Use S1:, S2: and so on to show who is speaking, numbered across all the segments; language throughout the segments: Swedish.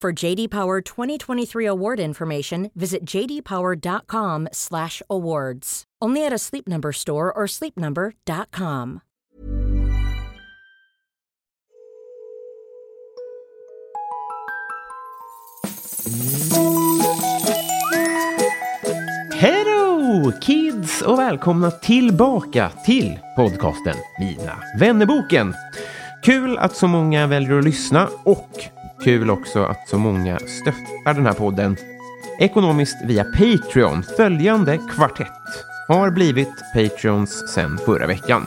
S1: For JD Power 2023 award information, visit jdpower.com/awards. Only at a Sleep Number store or sleepnumber.com.
S2: Hello kids och välkomna tillbaka till podcasten Mina vännerboken. Kul att så många väljer att lyssna och kul också att så många stöttar den här podden ekonomiskt via Patreon. Följande kvartett har blivit Patreons sedan förra veckan.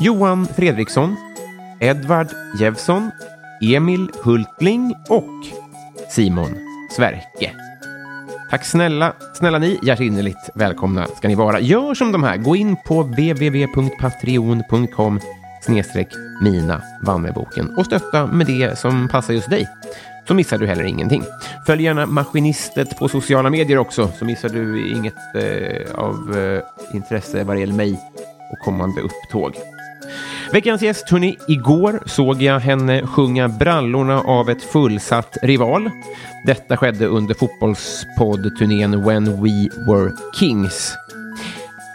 S2: Johan Fredriksson, Edvard Jevson, Emil Hultling och Simon Sverke. Tack snälla, snälla ni, hjärtinnerligt välkomna ska ni vara. Gör som de här, gå in på www.patreon.com snedstreck mina Vanveboken och stötta med det som passar just dig. Så missar du heller ingenting. Följ gärna Maskinistet på sociala medier också, så missar du inget eh, av eh, intresse vad det gäller mig och kommande upptåg. Veckans gäst, hörni, igår såg jag henne sjunga brallorna av ett fullsatt rival. Detta skedde under fotbollspodd-turnén When We Were Kings.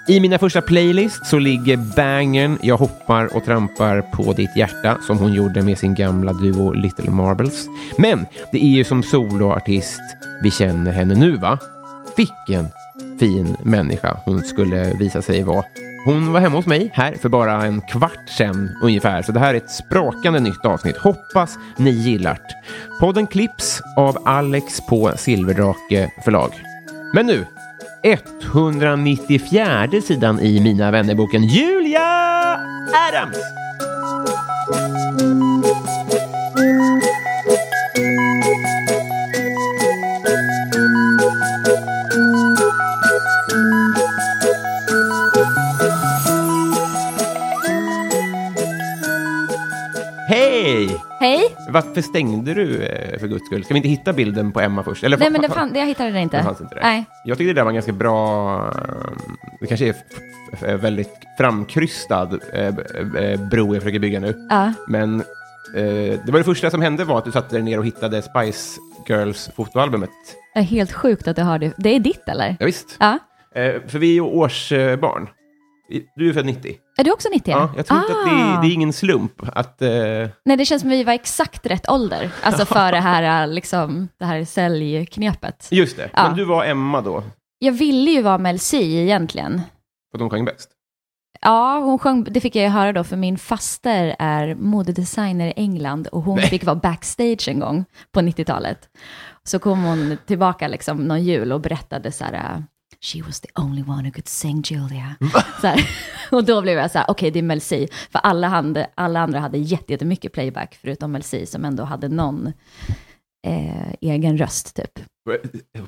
S2: I mina första playlist så ligger bangern Jag hoppar och trampar på ditt hjärta som hon gjorde med sin gamla duo Little Marbles. Men det är ju som soloartist vi känner henne nu, va? Vilken fin människa hon skulle visa sig vara. Hon var hemma hos mig här för bara en kvart sen ungefär, så det här är ett sprakande nytt avsnitt. Hoppas ni gillar det. Podden klipps av Alex på Silverdrake förlag. Men nu, 194 sidan i Mina vännerboken Julia Adams! Hej!
S3: Hej!
S2: Varför stängde du eh, för guds skull? Ska vi inte hitta bilden på Emma först? Eller,
S3: Nej, men det
S2: fa-
S3: fan, jag hittade det inte.
S2: Det fanns inte det.
S3: Nej.
S2: Jag tyckte det där var en ganska bra, eh, det kanske är f- f- f- väldigt framkrystad eh, b- eh, bro jag försöker bygga nu.
S3: Ja.
S2: Men eh, det var det första som hände var att du satte dig ner och hittade Spice Girls fotoalbumet.
S3: Det är helt sjukt att du har det. Det är ditt eller?
S2: Ja, visst.
S3: Ja.
S2: Eh, för vi är ju årsbarn. I- Du är född 90.
S3: Är du också 90?
S2: Ja, jag tror inte att det
S3: Ah.
S2: är, det är ingen slump att... Eh,
S3: Nej, det känns som att vi var exakt rätt ålder. Alltså för det här, eh, liksom, det här säljknepet.
S2: just det.
S3: Ja.
S2: Men du var Emma då,
S3: Jag ville ju vara Mel C egentligen.
S2: för att hon sjöng bäst.
S3: Ja, hon sjöng, det fick jag ju höra då, för min faster är modedesigner i England och hon fick vara backstage en gång på 90-talet. Så kom hon tillbaka liksom någon jul och berättade så här, äh, She was the only one who could sing Julia. Så här, och då blev jag så här, okej det är Mel C. För alla, hade, alla andra hade jätte- jättemycket playback, förutom Mel C som ändå hade någon eh, egen röst typ.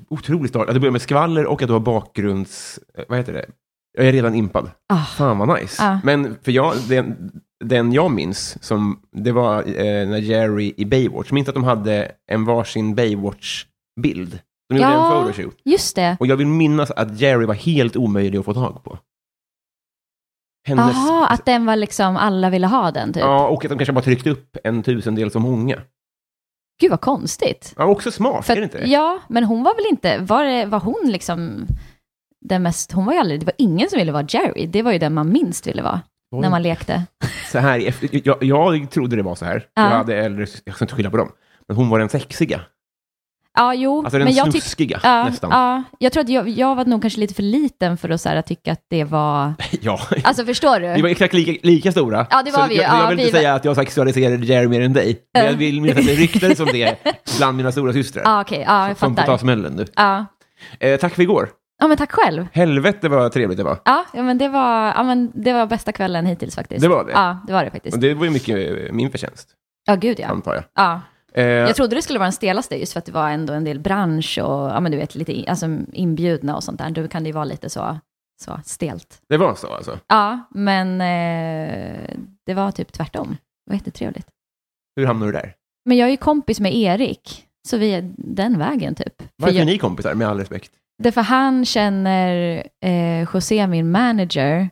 S2: Otroligt start. Att du börjar med skvaller och att du har bakgrunds... eh, Vad heter det? Jag är redan impad.
S3: Ah.
S2: Fan vad nice.
S3: Ah.
S2: Men för jag, den, den jag minns, som, det var eh, när Jerry i Baywatch, minns att de hade en varsin Baywatch-bild. De gjorde
S3: Ja.
S2: en photoshoot.
S3: Just det.
S2: Och jag vill minnas att Jerry var helt omöjlig att få tag på. Hennes...
S3: Jaha, att den var liksom, alla ville ha den typ.
S2: Ja, och att de kanske bara tryckte upp en tusendel så många.
S3: Gud vad konstigt.
S2: Ja, också smart,
S3: För
S2: är det
S3: att-
S2: inte?
S3: Ja, men hon var väl inte, var, det, var hon liksom den mest, hon var ju aldrig, det var ingen som ville vara Jerry, det var ju den man minst ville vara
S2: Oj.
S3: när man lekte.
S2: så här i efter, jag, jag trodde det var så här.
S3: Ja.
S2: Jag hade äldre, jag ska inte skylla på dem. Men hon var den sexiga.
S3: Ja, jo.
S2: Alltså den
S3: men jag tyck-
S2: snuskiga,
S3: ja,
S2: nästan.
S3: Ja, jag tror att jag, jag var nog kanske lite för liten för att så här, tycka att det var...
S2: Ja.
S3: Alltså förstår du?
S2: Vi var exakt lika, lika stora.
S3: Ja, det var
S2: så
S3: vi ju.
S2: Jag,
S3: Ja,
S2: jag vill
S3: vi
S2: inte
S3: var-
S2: säga att jag sexualiserade Jerry mer än dig. Men jag vill minnas att det ryktades om det bland mina stora systrar.
S3: Ja, okej. Ja, jag
S2: som får ta
S3: fattar.
S2: smällen nu.
S3: Ja.
S2: Eh, tack för igår.
S3: ja, men tack själv.
S2: Helvete vad trevligt det var.
S3: Ja, ja, men det var, ja, men det var bästa kvällen hittills faktiskt.
S2: Det var det?
S3: Ja, det var det faktiskt.
S2: Och det var ju mycket eh, min förtjänst,
S3: Ja, gud ja.
S2: antar jag.
S3: ja.
S2: Eh,
S3: Jag trodde det skulle vara den stelaste, just för att det var ändå en del bransch och ja, men du vet, lite in, alltså, inbjudna och sånt där. Då kan det ju vara lite så, så stelt.
S2: Det var så alltså.
S3: Ja, men eh, det var typ tvärtom. Det var jättetrevligt.
S2: Hur hamnade du där?
S3: Men jag är ju kompis med Erik, så vi är den vägen typ. För
S2: Varför är
S3: jag,
S2: ni kompisar, med all respekt?
S3: därför han känner eh, José, min manager,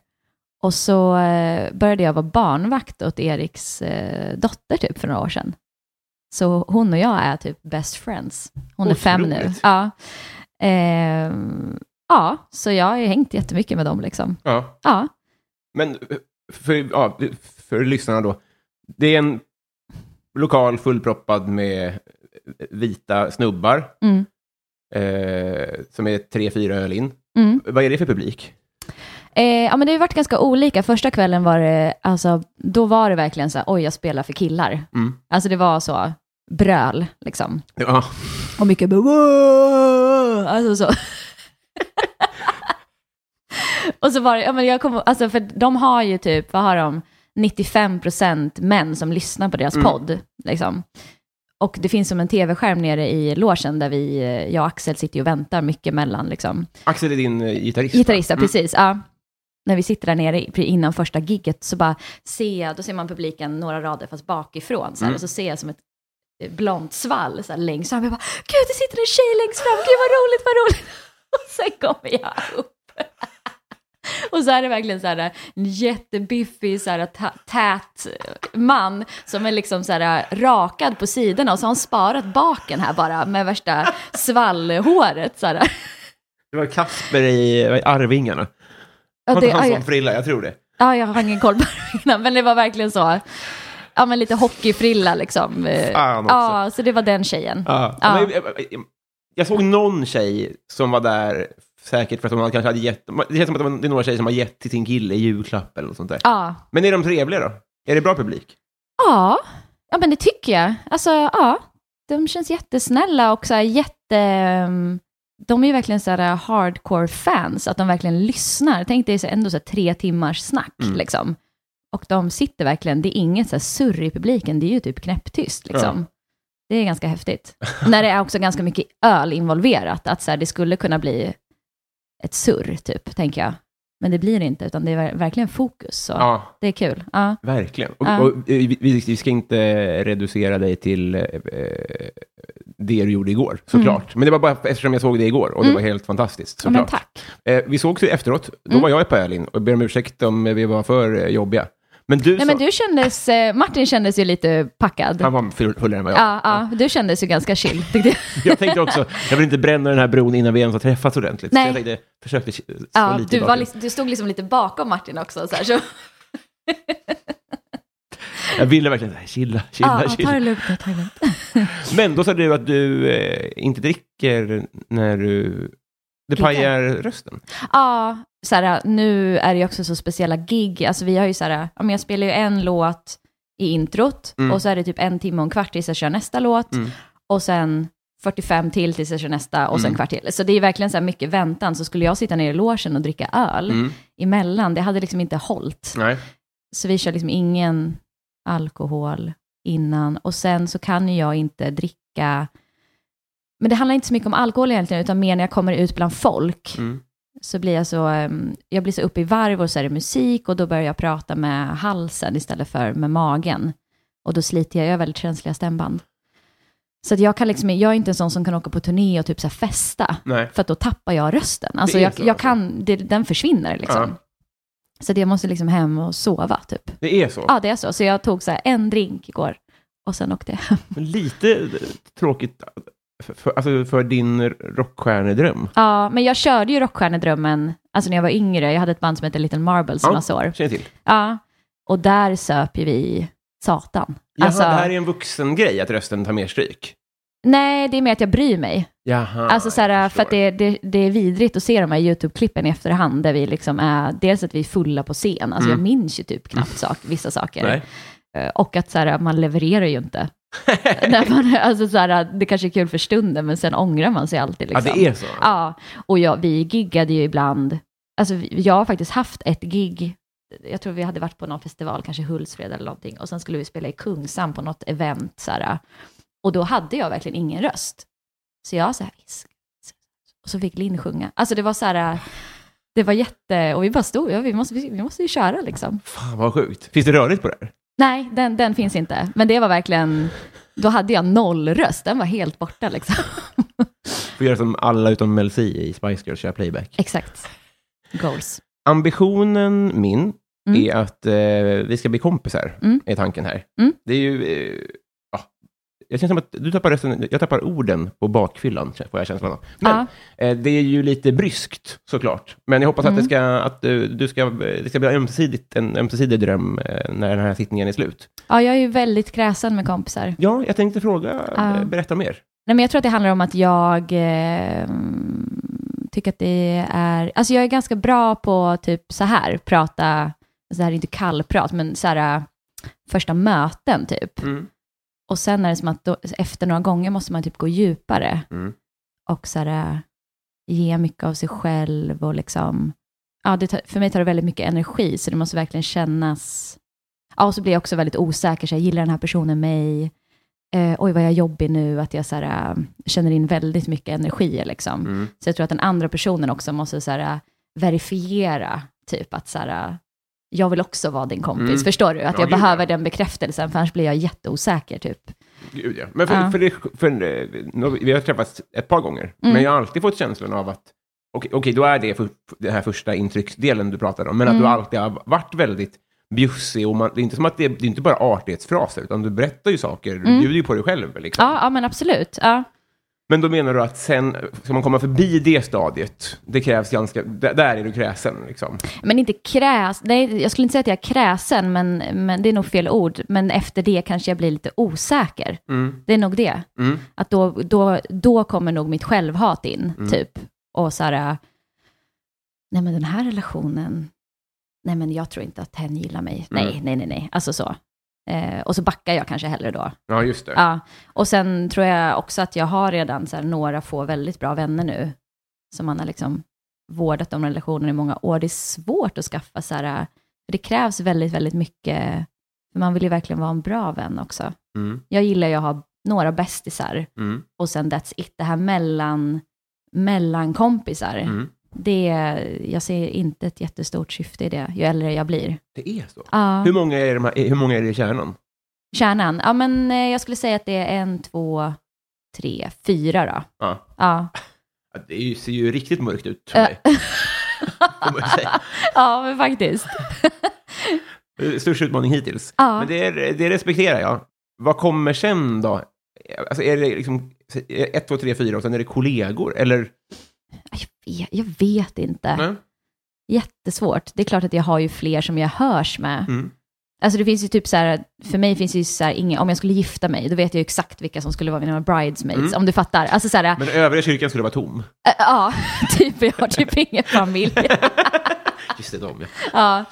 S3: och så eh, började jag vara barnvakt åt Eriks eh, dotter typ för några år sedan. Så hon och jag är typ best friends. Hon är fem nu.
S2: Otroligt.
S3: Ja. Ehm, ja, så jag har ju hängt jättemycket med dem liksom.
S2: Ja.
S3: Ja,
S2: Men eh, för, ja, för lyssnarna då. Det är en lokal fullproppad med eh, vita snubbar
S3: mm,
S2: eh, som är tre, fyra öl in.
S3: mm.
S2: Vad är det för publik?
S3: Eh, ja, men det har varit ganska olika. Första kvällen var det, alltså, då var det verkligen så här, oj, jag spelar för killar.
S2: Mm.
S3: Alltså det var så bröl, liksom.
S2: Ja.
S3: Och mycket bara, "Wow!" alltså så. och så var det, ja men jag kommer, alltså för de har ju typ, vad har de, 95% män som lyssnar på deras
S2: Mm.
S3: podd, liksom. Och det finns som en tv-skärm nere i logen där vi, eh, jag och Axel sitter ju och väntar mycket mellan, liksom.
S2: Axel är din eh, gitarrist. va?
S3: Gitarrist, ja,
S2: Mm.
S3: precis. Ja. När vi sitter där nere i- innan första gigget så bara ser jag, då ser man publiken några rader fast bakifrån så här,
S2: Mm.
S3: och så ser jag som ett eh, blont svall så här, längst fram. Jag bara, gud det sitter en tjej längst fram, gud vad roligt, vad roligt. Och sen kommer jag upp. Och så är det verkligen så här en jättebiffig, så här, ta- tät man som är liksom så här rakad på sidorna och så har han sparat baken här bara med värsta svallhåret så här.
S2: Det var Kasper i eh, Arvingarna.
S3: Ja, ah,
S2: Har inte
S3: ja,
S2: han
S3: jag-
S2: sån frilla? Jag tror det.
S3: Ja, jag har ingen koll på det innan, men det var verkligen så. Ja, men lite hockeyfrilla liksom. Eh,
S2: Fan Ah, också. Ah.
S3: Ja, så det var den tjejen.
S2: Ja.
S3: Ja.
S2: Men, jag- jag- jag såg någon tjej som var där, säkert för att hon hade- kanske hade gett... Det känns som att det var- det är några tjejer som har gett till sin kille i julklapp eller något sånt där.
S3: Ja.
S2: Men är de trevliga då? Är det bra publik?
S3: ja, ja, men det tycker jag. Alltså, ja, de känns jättesnälla och så här jätte... ehm, De är ju verkligen så här hardcore fans, att de verkligen lyssnar. Tänk dig så här, ändå så här tre timmars snack
S2: Mm.
S3: liksom. Och de sitter verkligen, det är inget så här surr i publiken, det är ju typ knäpptyst liksom. Det är ganska häftigt. När det är också ganska mycket öl involverat, att så här, det skulle kunna bli ett surr, typ, tänker jag. Men det blir det inte, utan det är ver- verkligen fokus. Så
S2: Ja,
S3: det är kul. Ja.
S2: verkligen. Och,
S3: Ja.
S2: och, eh, vi, vi ska inte reducera dig till eh, det du gjorde igår, såklart. Men det var bara eftersom jag såg det igår och det var helt fantastiskt,
S3: Mm. Ja, men
S2: såklart.
S3: tack. Mm.
S2: eh, vi sågs ju efteråt. Då var jag på Öhlin och ber om ursäkt om vi var för eh, jobbiga. Men du,
S3: Nej,
S2: sa,
S3: men du kändes, eh, Martin kändes ju lite packad.
S2: han var full- fullare än vad jag var.
S3: Ja, ja, du kändes ju ganska chill, tyckte jag.
S2: Jag tänkte också, jag vill inte bränna den här bron innan vi ens har träffats ordentligt.
S3: Nej.
S2: Så jag tänkte, försökte stå
S3: Ja,
S2: lite
S3: du, var
S2: bakom.
S3: liksom, du stod liksom lite bakom Martin också. Så här, så.
S2: Jag ville verkligen så här, chilla, chilla,
S3: Ja, ta
S2: chilla.
S3: det lugnt nu, ta det lugnt.
S2: Men då sa du att du eh, inte dricker när du... Det
S3: Dricker?
S2: pajar rösten.
S3: Ja, så här, nu är det ju också så speciella gig. Alltså vi har ju så här, ja, men jag spelar ju en låt i introt
S2: Mm.
S3: och så är det typ en timme och en kvart tills jag kör nästa låt
S2: Mm.
S3: och sen 45 till tills jag kör nästa och sen
S2: Mm.
S3: kvart till. Så det är ju verkligen så här mycket väntan. Så skulle jag sitta ner i logen och dricka öl
S2: Mm.
S3: emellan, det hade liksom inte hållit.
S2: Nej.
S3: Så vi kör liksom ingen alkohol innan. Och sen så kan ju jag inte dricka, men det handlar inte så mycket om alkohol egentligen, utan mer när jag kommer ut bland folk
S2: Mm.
S3: så blir jag så, ehm, jag blir så uppe i varv och så är det musik och då börjar jag prata med halsen istället för med magen. Och då sliter jag, jag har väldigt känsliga stämband. Så att jag, kan liksom, jag är inte en sån som kan åka på turné och typ så här festa,
S2: Nej.
S3: för att då tappar jag rösten. Alltså
S2: är
S3: jag,
S2: så
S3: jag
S2: alltså.
S3: kan, det, den försvinner liksom.
S2: Ja.
S3: Så att jag måste liksom hem och sova typ.
S2: Det är så.
S3: Ja, det är så. Så jag tog så här en drink igår och sen åkte jag hem.
S2: Men lite tråkigt eh, för, för, alltså för din rockstjärnedröm.
S3: Ja, men jag körde ju Rockstjärnedrömmen, alltså när jag var yngre. Jag hade ett band som hette Little Marble som
S2: Ja.
S3: var så.
S2: Känner till.
S3: Ja, och där söp ju vi satan.
S2: Jaha,
S3: Alltså,
S2: det här är en vuxen grej att rösten tar mer stryk.
S3: Nej, det är mer att jag bryr mig.
S2: Jaha,
S3: alltså så här,
S2: jag
S3: för att
S2: förstår.
S3: det, det, det är vidrigt att se de här YouTube-klippen i efterhand, där vi liksom är, dels att vi är fulla på scen,
S2: Mm.
S3: alltså jag minns ju typ knappt sak, vissa saker.
S2: Nej.
S3: Eh, Och att så här, man levererar ju inte. När man, alltså så här, det kanske är kul för stunden, men sen ångrar man sig alltid. Liksom.
S2: Ja, det är så?
S3: Ja, och jag, vi giggade ju ibland. Alltså, vi- jag har faktiskt haft ett gig. Jag tror vi hade varit på någon festival, kanske Hultsfred eller någonting, och sen skulle vi spela i Kungsan på något event. Så här, och då hade jag verkligen ingen röst. Så jag så här, "Isk, isk." och så fick Linn sjunga. Alltså det var så här, det var jätte, och vi bara stod, ja, vi, måste, vi, vi måste ju köra liksom.
S2: Fan vad sjukt. Finns det rörigt på det här?
S3: Nej, den, den finns inte. Men det var verkligen, då hade jag noll röst, den var helt borta liksom.
S2: Får göra som alla utom Mel C i Spice Girls köra playback.
S3: Exakt. Goals.
S2: Ambitionen min
S3: Mm.
S2: är att eh, vi ska bli kompisar,
S3: Mm.
S2: är tanken här.
S3: Mm.
S2: Det är ju... Eh, ja, jag känner som att du tappar rösten, jag tappar orden på bakfyllan, får jag känslan av. Men eh, det är ju lite bryskt, såklart. Men jag hoppas att, det ska, att du, du ska, det ska bli ömsesidigt, en ömsesidig dröm eh, när den här sittningen är slut.
S3: Ja, jag är ju väldigt kräsen med kompisar.
S2: Ja, jag tänkte fråga,
S3: Ja.
S2: eh, berätta mer.
S3: Nej, men jag tror att det handlar om att jag eh, tycker att det är... Alltså jag är ganska bra på typ så här, prata, så här inte kallprat, men så här eh, första möten typ.
S2: Mm.
S3: Och sen är det som att då, efter några gånger måste man typ gå djupare
S2: Mm.
S3: och så här, eh, ge mycket av sig själv och liksom... Ja, det tar, för mig tar det väldigt mycket energi, så det måste verkligen kännas... Ja, och så blir jag också väldigt osäker, så här, gillar den här personen mig? Eh, oj, vad jag är jobbig nu, att jag så här, eh, känner in väldigt mycket energi. Liksom.
S2: Mm.
S3: Så jag tror att den andra personen också måste så här, eh, verifiera, typ att så här, eh, jag vill också vara din kompis.
S2: Mm.
S3: Förstår du? Att
S2: Ja,
S3: jag
S2: gud, ja.
S3: behöver den bekräftelsen, för annars blir jag jätteosäker. Typ.
S2: Gud, ja. Men för,
S3: Ja.
S2: för, det, för, eh, nu har vi- vi har träffats ett par gånger, men jag har alltid fått känslan av att Okej, okej, då är det för, den här första intrycksdelen du pratade om, men att du alltid har varit väldigt bjussig. Och man, det är inte som att det, det är inte bara artighetsfraser, utan du berättar ju saker, du bjuder ju på dig själv. Liksom.
S3: Ja, ja, men absolut. Ja.
S2: Men då menar du att sen, ska man komma förbi det stadiet, det krävs ganska, där, där är du kräsen. Liksom.
S3: Men inte kräs, nej, jag skulle inte säga att jag är kräsen, men, men det är nog fel ord. Men efter det kanske jag blir lite osäker.
S2: Mm.
S3: Det är nog det.
S2: Mm.
S3: Att då, då, då kommer nog mitt självhat in, typ. Och så här, äh, nej men den här relationen, nej men jag tror inte att hen gillar mig. Nej,
S2: Mm.
S3: nej, nej, nej. Alltså så. Eh, och så backar jag kanske hellre då.
S2: Ja, just det.
S3: Ja, och sen tror jag också att jag har redan så här, några få väldigt bra vänner nu, som man har liksom vårdat de relationerna i många år. Det är svårt att skaffa så här, äh, det krävs väldigt, väldigt mycket, för man vill ju verkligen vara en bra vän också.
S2: Mm.
S3: Jag gillar ju att ha några bästisar
S2: Mm.
S3: och sen that's it, det här mellan, mellan kompisar.
S2: Mm.
S3: Det, jag ser inte ett jättestort syfte i det, ju äldre jag blir.
S2: Det är så.
S3: Ja.
S2: Hur många är, de här, hur många är det i kärnan?
S3: Kärnan? Ja, men eh, jag skulle säga att det är en, två, tre, fyra då.
S2: Ja.
S3: Ja,
S2: Ja, Det är ju- ser ju riktigt mörkt ut för mig. Får man ju säga.
S3: ja men faktiskt.
S2: Det är Största utmaning hittills.
S3: Ja.
S2: Men det, är, det respekterar jag. Vad kommer sen då? Alltså är det liksom 1, 2, 3, 4 och sen är det kollegor? Eller? Mm.
S3: Jag vet, jag vet inte.
S2: Nej.
S3: Jättesvårt. Det är klart att jag har ju fler som jag hörs med.
S2: Mm.
S3: Alltså det finns ju typ så här, för mig finns det ju så här inga, om jag skulle gifta mig, då vet jag ju exakt vilka som skulle vara mina bridesmaids,
S2: Mm.
S3: om du fattar. Alltså så här,
S2: Men övriga kyrkan skulle vara tom.
S3: äh, ja, typ, jag har typ ingen familj.
S2: Just det, de ja.
S3: Ja.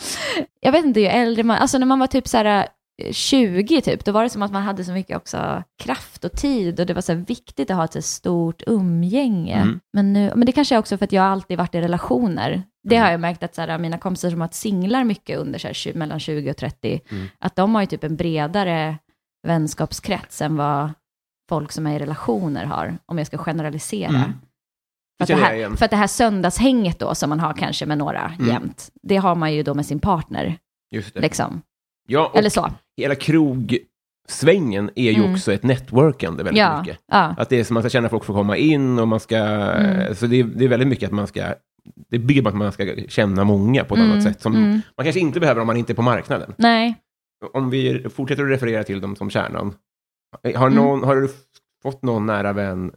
S3: Jag vet inte, ju äldre man, alltså när man var typ så här eh, 20 typ, då var det som att man hade så mycket också kraft och tid och det var så här viktigt att ha ett så här stort umgänge.
S2: Mm.
S3: Men, nu, men det kanske är också för att jag alltid varit i relationer. Det
S2: Mm.
S3: har jag märkt att så här, mina kompisar som har varit singlar mycket under så här, tju- mellan 20 och 30,
S2: Mm.
S3: att de har ju typ en bredare vänskapskrets än vad folk som är i relationer har, om jag ska generalisera.
S2: Mm.
S3: För
S2: Det
S3: att, det
S2: känner jag
S3: här,
S2: igen.
S3: för att det här söndagshänget då, som man har kanske med några jämt, det har man ju då med sin partner,
S2: Just det.
S3: liksom.
S2: Ja, och
S3: Eller så.
S2: hela krogsvängen är ju
S3: Mm.
S2: också ett networkande väldigt
S3: Ja,
S2: mycket.
S3: ja,
S2: Att det är som man ska känna folk får komma in och man ska...
S3: Mm.
S2: Så det är, det är väldigt mycket att man ska... Det bygger på att man ska känna många på ett
S3: Mm,
S2: annat sätt. Som
S3: mm.
S2: man kanske inte behöver om man inte är på marknaden.
S3: nej.
S2: Om vi fortsätter att referera till dem som kärnan.
S3: Mm.
S2: Har, någon, har du fått någon nära vän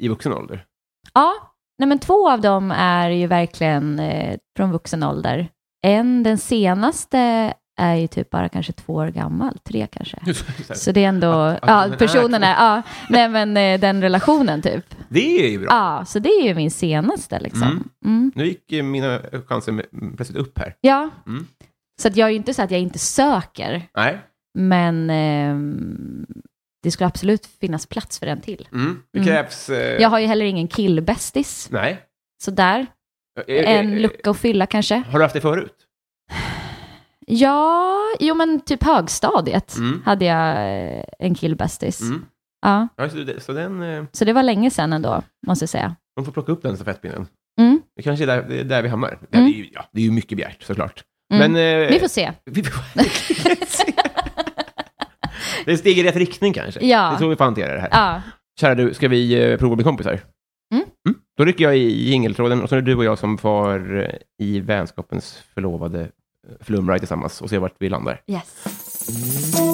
S2: i vuxen ålder?
S3: Ja, nej men två av dem är ju verkligen eh, från vuxen ålder. En, den senaste är ju typ bara kanske två år gammal, tre kanske.
S2: Så här.
S3: Så det är ändå,
S2: Att- att den
S3: ja,
S2: är
S3: personen är, ja, nej men eh, den relationen typ.
S2: Det är ju bra.
S3: Ja, så det är ju min senaste liksom. Mm.
S2: Nu gick eh, mina chanser med- plötsligt upp här.
S3: Ja,
S2: Mm.
S3: så att jag är ju inte så att jag inte söker,
S2: Nej.
S3: men ehm, det skulle absolut finnas plats för en till.
S2: Mm. Det
S3: Mm.
S2: krävs... eh,
S3: Jag har ju heller ingen killbästis,
S2: Nej.
S3: så där,
S2: Eh, eh,
S3: en
S2: eh,
S3: lucka att fylla kanske.
S2: Har du haft det förut?
S3: Ja, jo men typ högstadiet
S2: Mm.
S3: hade jag eh, en killbästis.
S2: Mm.
S3: Ja,
S2: Ja, så, det, så den... eh,
S3: så det var länge sedan ändå, måste jag säga.
S2: De får plocka upp den stafettpinnen.
S3: Mm.
S2: Det kanske är där, det är där vi hamnar. Det, här
S3: Mm.
S2: är ju, ja, det är ju mycket begärt såklart.
S3: Mm.
S2: Men... eh,
S3: Vi får se.
S2: vi får verkligen se. det är ett steg i rätt riktning kanske.
S3: Ja.
S2: Det är så vi får hantera det här.
S3: Ja,
S2: Kära du, ska vi eh, prova att bli kompisar?
S3: Mm.
S2: Då rycker jag i jingeltråden och så är det du och jag som far eh, i vänskapens förlovade eh, flumride tillsammans och ser vart vi landar.
S3: yes.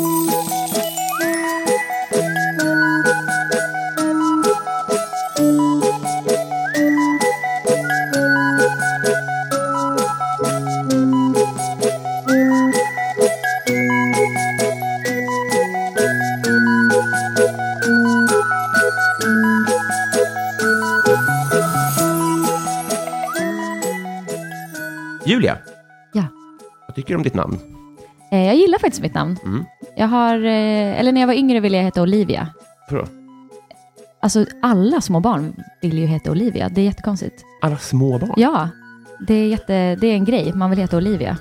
S2: Julia,
S3: Ja.
S2: vad tycker du om ditt namn?
S3: Eh, Jag gillar faktiskt mitt namn.
S2: Mm.
S3: Jag har, eh, eller när jag var yngre ville jag heta Olivia.
S2: Vadå?
S3: Alltså alla små barn vill ju heta Olivia. Det är jättekonstigt.
S2: Alla små barn.
S3: Ja, det är, jätte, det är en grej. Man vill heta Olivia.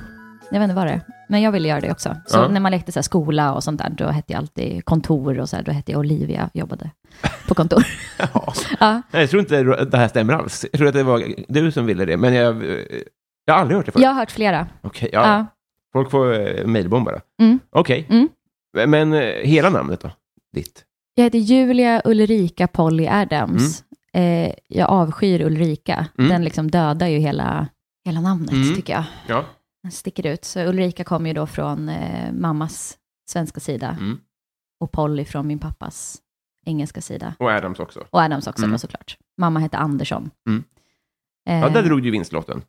S3: Jag vet inte vad det är. Men jag ville göra det också. Så
S2: Ja.
S3: när man lekte så här skola och sånt där, då hette jag alltid kontor och så här, då hette jag Olivia, jobbade på kontor.
S2: Ja.
S3: ja.
S2: Nej, Jag tror inte det här stämmer alls. Jag tror att det var du som ville det, men jag, eh, jag har aldrig hört det förut.
S3: Jag har hört flera.
S2: Okej,
S3: Ja.
S2: ja. Folk får eh, mejlbomba då.
S3: Mm.
S2: Okej.
S3: Mm.
S2: Men eh, hela namnet då? Ditt?
S3: Jag heter Julia Ulrika Polly Adams. Eh, jag avskyr Ulrika.
S2: Mm.
S3: Den liksom dödar ju hela, hela namnet,
S2: Mm.
S3: tycker jag.
S2: Ja.
S3: Den sticker ut. Så Ulrika kommer ju då från eh, mammas svenska sida
S2: Mm.
S3: och Polly från min pappas engelska sida.
S2: Och Adams också?
S3: Och Adams också
S2: Mm.
S3: då såklart. Mamma hette Andersson.
S2: Mm.
S3: Eh,
S2: Ja, där drog du vinstlotten.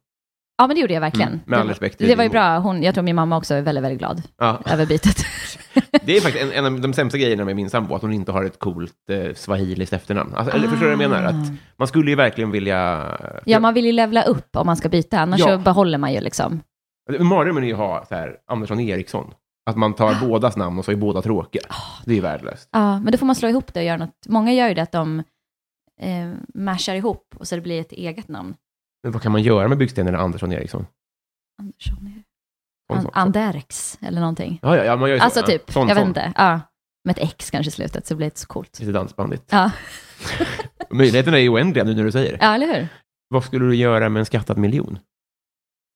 S3: ja, men det gjorde jag verkligen.
S2: Mm, med
S3: Det
S2: all
S3: var-
S2: respekt till
S3: Det var ju
S2: din
S3: bra. Hon, jag tror min mamma också är väldigt, väldigt glad
S2: Ja.
S3: över bytet.
S2: Det är faktiskt en, en av de sämsta grejerna med min sambo, att hon inte har ett coolt eh, swahiliskt efternamn. Alltså, eller förstår du vad jag menar? Att man skulle ju verkligen vilja...
S3: Ah. Ja, man vill ju levla upp om man ska byta, annars
S2: Ja.
S3: så behåller man ju liksom.
S2: Mardrömmen är ju att ha så här, Andersson Eriksson. Att man tar bådas namn och så är båda tråkiga.
S3: Ah.
S2: Det är ju värdelöst.
S3: Ja, men då får man slå ihop det och göra något. Många gör ju det att de eh, mashar ihop och så det blir ett eget namn.
S2: Men vad kan man göra med byggstenen Andersson Eriksson?
S3: Andersson är
S2: Sån
S3: An-
S2: sak.
S3: Anderx eller någonting.
S2: Ja, ja, ja, man gör ju så.
S3: Alltså
S2: Ja,
S3: typ,
S2: sån,
S3: jag vet
S2: sån.
S3: inte. Ja, med ett X kanske i slutet så blir det inte så coolt.
S2: Lite dansbandigt.
S3: Ja.
S2: Möjligheterna är ju oändliga nu när du säger det.
S3: ja, eller hur?
S2: Vad skulle du göra med en skattad miljon?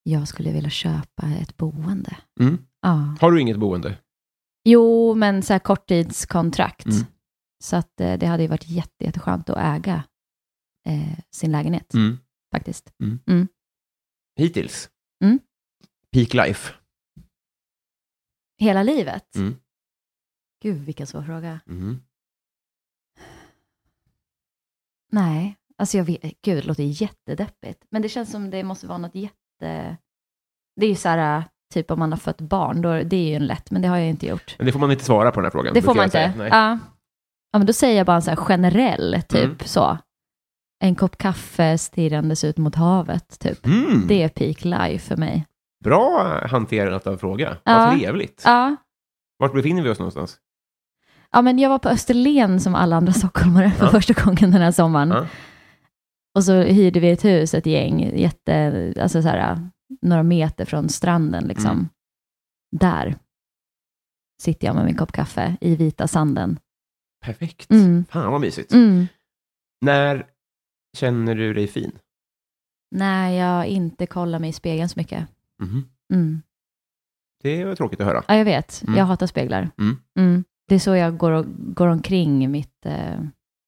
S3: Jag skulle vilja köpa ett boende.
S2: Mm.
S3: Ja.
S2: Har du inget boende?
S3: Jo, men så här korttidskontrakt.
S2: Mm.
S3: Så att eh, det hade ju varit jätte, jätteskönt att äga eh, sin lägenhet
S2: Mm.
S3: faktiskt.
S2: Hittills?
S3: Mm.
S2: Peak life?
S3: Hela livet?
S2: Mm.
S3: Gud, vilken svår fråga.
S2: Mm.
S3: Nej, alltså jag vet, gud, det låter jättedeppigt. Men det känns som det måste vara något jätte... Det är ju så här, typ om man har fött barn, då, det är ju en lätt, men det har jag inte gjort.
S2: Men det får man inte svara på den här frågan.
S3: Det får
S2: brukar
S3: man
S2: jag
S3: inte.
S2: säga. Nej.
S3: Ja. ja, men då säger jag bara en så här generell, typ
S2: Mm.
S3: så. En kopp kaffe stirrandes ut mot havet, typ.
S2: Mm.
S3: Det är peak life för mig.
S2: Bra hanterat av fråga.
S3: Ja.
S2: Vad trevligt.
S3: Ja.
S2: Vart befinner vi oss någonstans?
S3: ja, men jag var på Österlen som alla andra stockholmare för
S2: Ja.
S3: första gången den här sommaren.
S2: Ja.
S3: Och så hyrde vi ett hus, ett gäng, jätte, alltså så här, några meter från stranden liksom.
S2: Mm.
S3: Där sitter jag med min kopp kaffe i vita sanden.
S2: Perfekt.
S3: Mm.
S2: Fan vad mysigt.
S3: Mm.
S2: När känner du dig fin?
S3: När jag inte kollar mig i spegeln så mycket. Mm.
S2: Det var tråkigt att höra.
S3: Ja, jag vet.
S2: Mm.
S3: Jag hatar speglar.
S2: Mm.
S3: Det är så jag går, och, går omkring i mitt... Eh,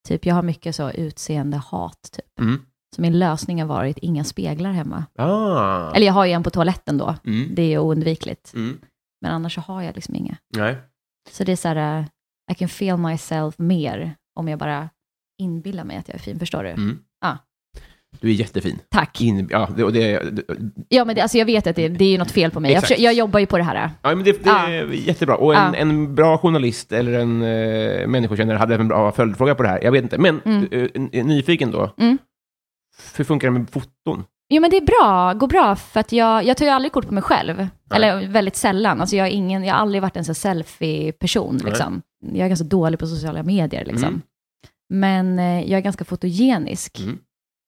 S3: typ, jag har mycket så utseendehat. Typ.
S2: Mm.
S3: Så min lösning har varit inga speglar hemma.
S2: Ah.
S3: Eller jag har ju en på toaletten då.
S2: Mm.
S3: Det är ju oundvikligt.
S2: Mm.
S3: Men annars så har jag liksom inga.
S2: Nej.
S3: Så det är så här, eh, I can feel myself mer om jag bara inbillar mig att jag är fin. Förstår du?
S2: Mm.
S3: Ja.
S2: Du är jättefin.
S3: Ah. Tack.
S2: In, ja, det, och det, det,
S3: Ja, men det, alltså jag vet att det, det är ju något fel på mig. Jag,
S2: Exakt.
S3: försöker, jag jobbar ju på det här.
S2: ja, men det, det
S3: Ah.
S2: är jättebra. Och en,
S3: Ja.
S2: en bra journalist eller en eh, människokännare hade en bra följdfråga på det här. Jag vet inte, men eh, nyfiken då.
S3: Mm.
S2: Hur funkar det med foton?
S3: Jo, men det är bra, går bra, för att jag, jag tar ju aldrig kort på mig själv. Eller väldigt sällan. Alltså jag, är ingen, jag har aldrig varit en sån selfie-person.
S2: Nej.
S3: Liksom. Jag är ganska dålig på sociala medier. Liksom.
S2: Mm.
S3: Men eh, jag är ganska fotogenisk,
S2: Mm.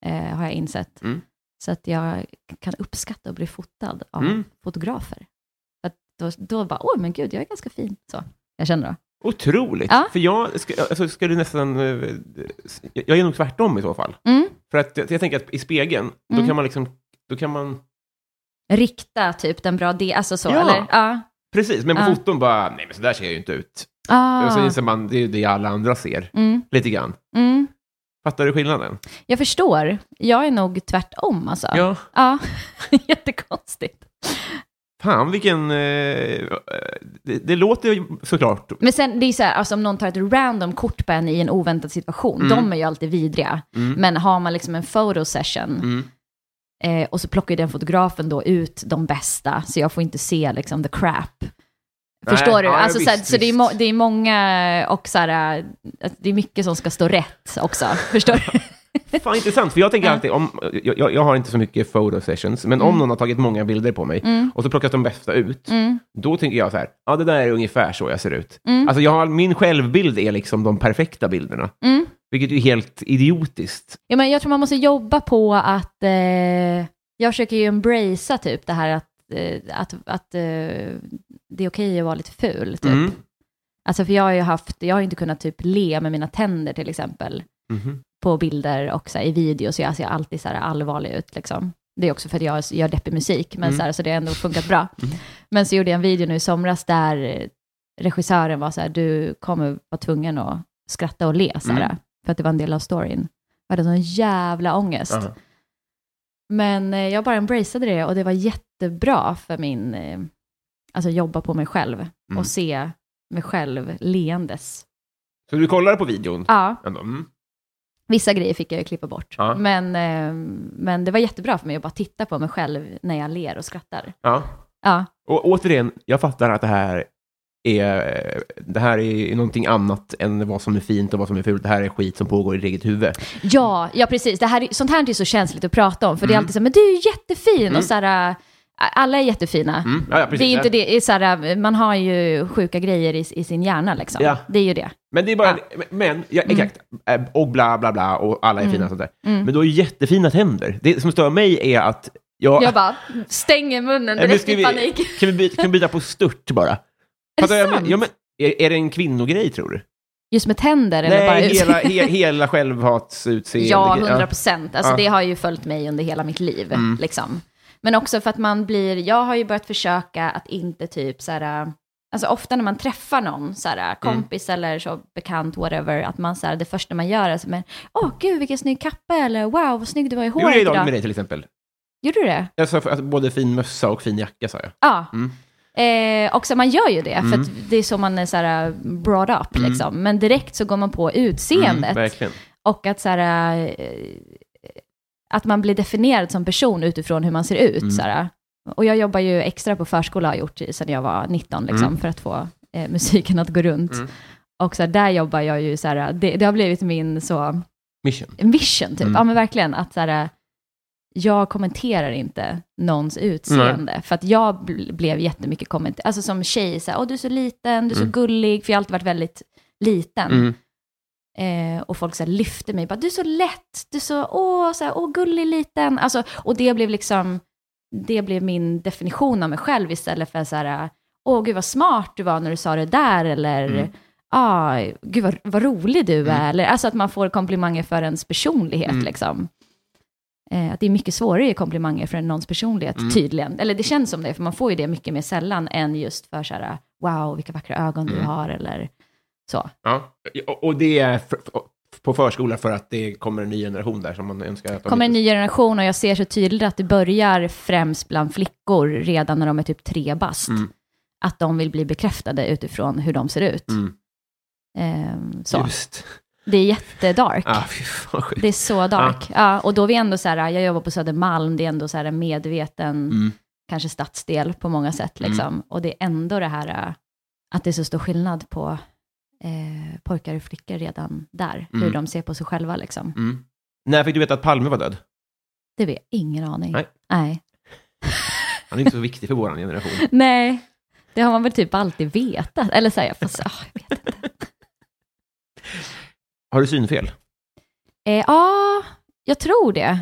S3: eh, har jag insett.
S2: Mm.
S3: Så att jag kan uppskatta att bli fotad av
S2: Mm.
S3: fotografer. För Att då, då bara, åh men gud, jag är ganska fin. Så, jag känner då.
S2: Otroligt!
S3: Ja.
S2: För jag sk- alltså, skulle nästan... eh, s- Jag är nog tvärtom i så fall.
S3: Mm.
S2: För att jag, jag tänker att i spegeln, då
S3: Mm.
S2: kan man liksom... Då kan man...
S3: Rikta typ den bra del, alltså så,
S2: Ja.
S3: eller? Ja.
S2: Precis, men på
S3: Ja.
S2: foton bara, nej men så där ser jag ju inte ut. Och så
S3: Ah.
S2: inser man, det är ju det alla andra ser,
S3: Mm,
S2: lite grann.
S3: mm.
S2: Fattar du skillnaden?
S3: Jag förstår. Jag är nog tvärtom alltså. Ja, jättekonstigt.
S2: Fan, vilken... eh, eh, det, det låter ju såklart...
S3: Men sen, det är ju så här, alltså, om någon tar ett random kort på en i en oväntad situation,
S2: Mm.
S3: de är ju alltid vidriga.
S2: Mm.
S3: Men har man liksom en photo session,
S2: Mm.
S3: eh, och så plockar ju den fotografen då ut de bästa, så jag får inte se liksom the crap.
S2: Nej,
S3: Förstår du?
S2: ja,
S3: alltså, så, här,
S2: visst,
S3: så det, är
S2: visst.
S3: må- det är många och så här, eh, att det är mycket som ska stå rätt också. Förstår du?
S2: Fan, intressant, för jag tänker
S3: Ja. Mm.
S2: alltid om... Jag, jag- jag har inte så mycket photo sessions, men om någon har tagit många bilder på mig och så plockas de bästa ut, då tänker jag så här, ja, det där är ungefär så jag ser ut. Alltså, jag har, min självbild är liksom de perfekta bilderna,
S3: Mm.
S2: vilket ju är helt idiotiskt.
S3: Ja, men jag tror man måste jobba på att... Eh, jag försöker ju embracea typ det här att, eh, att, att eh, det är okej att vara lite ful. Typ.
S2: Mm.
S3: Alltså för jag har ju haft, jag har ju inte kunnat typ le med mina tänder till exempel
S2: Mhm.
S3: på bilder och så här, i videos. Jag ser alltid så här allvarlig ut liksom. Det är också för att jag gör deppig musik, men
S2: Mm.
S3: så, här, så det har ändå funkat bra.
S2: Mm.
S3: Men så gjorde jag en video nu i somras där eh, regissören var så här, du kommer vara tvungen att skratta och le, så här,
S2: Mm.
S3: för att det var en del av storyn. Jag hade sån jävla ångest.
S2: Ja.
S3: Men eh, jag bara embraceade det och det var jättebra för min, eh, alltså jobba på mig själv
S2: Mm.
S3: och se mig själv leendes.
S2: Så du kollar på videon?
S3: Ja,
S2: Ändå. Mm.
S3: vissa grejer fick jag ju klippa bort.
S2: Ja.
S3: Men, eh, men det var jättebra för mig att bara titta på mig själv när jag ler och skrattar.
S2: Ja.
S3: Ja,
S2: Och återigen, jag fattar att det här är, det här är någonting annat än vad som är fint och vad som är fult. Det här är skit som pågår i ditt eget huvud.
S3: Mm. ja, ja precis. Det här, är- sånt här är ju så känsligt att prata om, för det är
S2: Mm.
S3: alltid så här, men du är ju jättefin
S2: Mm.
S3: och så här, eh, alla är jättefina.
S2: Mm. Ja, ja, precis.
S3: Det är ju inte det, det är så här, eh, man har ju sjuka grejer i, i sin hjärna liksom.
S2: Ja.
S3: Det är ju det.
S2: Men det är bara,
S3: Ja.
S2: men, ja, exakt, Eh, och bla bla bla och alla är fina och sånt där.
S3: Mm.
S2: Men du har ju jättefina tänder. Det som stör mig är att jag...
S3: Jag bara stänger munnen
S2: Eh, men
S3: direkt
S2: ska
S3: i
S2: vi-
S3: panik.
S2: Kan vi byta, kan vi byta på stört bara?
S3: det
S2: Fattar jag-
S3: sant?
S2: ja, men, är, är det en kvinnogrej tror du?
S3: Just med tänder eller bara
S2: Nej,
S3: ut?
S2: hela, he, hela självhatsutseendet.
S3: Ja, 100 procent. Alltså,
S2: Ja.
S3: Det har ju följt mig under hela mitt liv.
S2: Mm.
S3: Liksom. Men också för att man blir, jag har ju börjat försöka att inte typ så här, alltså ofta när man träffar någon, så
S2: Mm.
S3: här, kompis eller så bekant, whatever, att man så här, det första man gör är så men, åh gud vilken snygg kappa eller wow vad snygg du var i
S2: Hur är
S3: håret
S2: det
S3: idag.
S2: idag med dig till exempel?
S3: Gjorde du det?
S2: Jag sa för- alltså, både fin mössa och fin jacka sa jag.
S3: Ja.
S2: Mm.
S3: Eh, också man gör ju det, för
S2: Mm.
S3: att det är så man är så här brought up
S2: Mm.
S3: liksom. Men direkt så går man på utseendet.
S2: verkligen.
S3: Och att, så här, eh, att man blir definierad som person utifrån hur man ser ut.
S2: Mm.
S3: Så här. Och jag jobbar ju extra på förskola, har jag gjort sedan jag var 19, liksom,
S2: Mm.
S3: för att få eh, musiken att gå runt.
S2: Mm.
S3: Och så här, där jobbar jag ju, så här, det, det har blivit min så,
S2: Mission.
S3: mission, typ.
S2: Mm.
S3: Ja, men verkligen. Att så här, jag kommenterar inte någons utseende, för att jag bl- blev jättemycket kommenterad. Alltså som tjej, så här, Åh, du är så liten, du är
S2: Mm.
S3: så gullig, för jag har alltid varit väldigt liten.
S2: Mm.
S3: Eh, och folk så här lyfte mig, bara du är så lätt, du är så, åh, så här, åh gullig liten. Alltså, och det blev liksom, det blev min definition av mig själv istället för så här, åh gud vad smart du var när du sa det där, eller
S2: Mm.
S3: ah, gud vad, vad rolig du
S2: Mm.
S3: är, eller alltså att man får komplimanger för ens personlighet
S2: Mm.
S3: liksom. Eh, att det är mycket svårare att ge komplimanger för någons personlighet
S2: Mm.
S3: tydligen. Eller det känns som det, för man får ju det mycket mer sällan än just för så här, wow, vilka vackra ögon du
S2: Mm.
S3: har, eller så.
S2: Ja, och och det är för, för- på förskola för att det kommer en ny generation där som man önskar att de...
S3: kommer en ny generation och jag ser så tydligt att det börjar främst bland flickor redan när de är typ tre bast.
S2: Mm.
S3: Att de vill bli bekräftade utifrån hur de ser ut.
S2: Mm.
S3: Ehm, så.
S2: Just.
S3: Det är jättedark.
S2: Ah, fy fan, skit.
S3: Det är så dark. Ja, och då är vi ändå så här, jag jobbar på Södermalm, det är ändå så här en medveten,
S2: Mm.
S3: kanske stadsdel på många sätt liksom. Och det är ändå det här äh, att det är så stor skillnad på eh, pojkar och flickor redan där,
S2: Mm.
S3: hur de ser på sig själva liksom.
S2: Mm. När fick du veta att Palme var död?
S3: Det vet jag ingen aning.
S2: Nej.
S3: Nej.
S2: Han är inte så viktig för vår generation.
S3: Nej. Det har man väl typ alltid vetat. Eller så här, fast, ah, jag vet inte.
S2: Har du synfel?
S3: Eh, ja, jag tror det.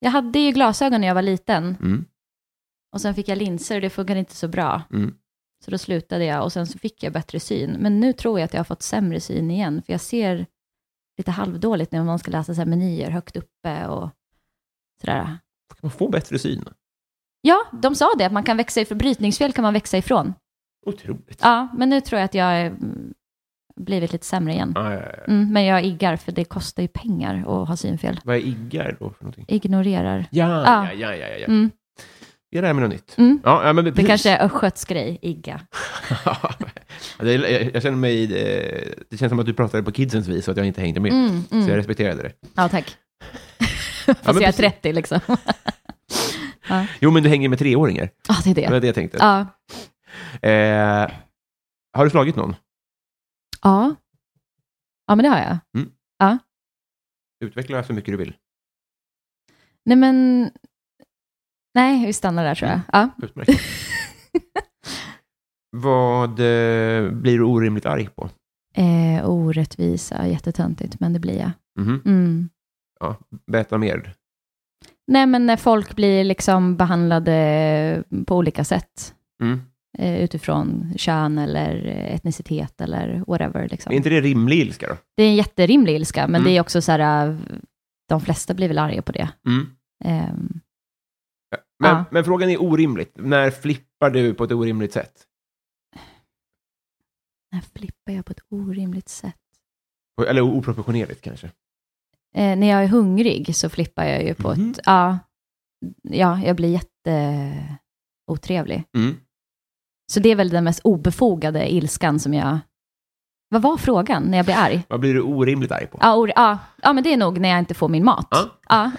S3: Jag hade ju glasögon när jag var liten
S2: Mm.
S3: och sen fick jag linser och det funkade inte så bra.
S2: Mm.
S3: Så då slutade jag och sen så fick jag bättre syn. Men nu tror jag att jag har fått sämre syn igen, för jag ser lite halvdåligt när man ska läsa så här menyer högt uppe och sådär.
S2: Kan man få bättre syn?
S3: Ja, de sa det, att man kan växa ifrån, brytningsfel kan man växa ifrån.
S2: Otroligt.
S3: Ja, men nu tror jag att jag är, mm, blivit lite sämre igen.
S2: Ah, ja, ja, ja.
S3: Mm, men jag iggar, för det kostar ju pengar att ha synfel.
S2: Vad är iggar då för någonting?
S3: Ignorerar.
S2: Ja,
S3: Ah.
S2: ja, ja, ja, ja. ja.
S3: Mm,
S2: Vi är där med något nytt.
S3: mm.
S2: Ja, ja, men
S3: Det
S2: precis.
S3: kanske är östgötsk grej, igga.
S2: Ja, det är- jag, jag känner mig... eh, Det känns som att du pratade på kidsens vis och att jag inte hängde med.
S3: Mm,
S2: Så jag
S3: mm.
S2: respekterade det.
S3: Ja, tack. Fast jag är
S2: precis.
S3: 30 liksom. Ja,
S2: Jo, men du hänger med treåringar.
S3: det är
S2: Det var
S3: det.
S2: det jag tänkte.
S3: Ja.
S2: Eh, har du slagit någon?
S3: Ja. ja, men det har jag.
S2: Utveckla så mycket du vill.
S3: Nej, men... Nej, vi stannar där tror jag. Ja.
S2: Utmärkt. Vad eh, blir du orimligt arg på?
S3: Eh, orättvisa, jättetöntigt, men det blir jag.
S2: Mhm.
S3: Mm.
S2: Berätta mer.
S3: Nej, men när folk blir liksom behandlade på olika sätt
S2: Mm.
S3: eh, utifrån kön eller eh, etnicitet eller whatever. Liksom.
S2: Är inte det rimlig ilska då?
S3: Det är en jätterimlig ilska, men
S2: Mm.
S3: det är också så här, eh, de flesta blir väl arga på det.
S2: Mm.
S3: Ehm,
S2: Eh, Men,
S3: Ja.
S2: men frågan är orimligt. När flippar du på ett orimligt sätt?
S3: när flippar jag på ett orimligt sätt?
S2: Eller oproportionerligt kanske?
S3: Eh, när jag är hungrig så flippar jag ju på
S2: Mhm.
S3: ett... Ja, ja, jag blir jätteotrevlig.
S2: Mm.
S3: Så det är väl den mest obefogade ilskan som jag... Vad var frågan när jag blir arg?
S2: Vad blir du orimligt arg på?
S3: Ja, or- ja. ja men det är nog när jag inte får min mat.
S2: Ja.
S3: Ja.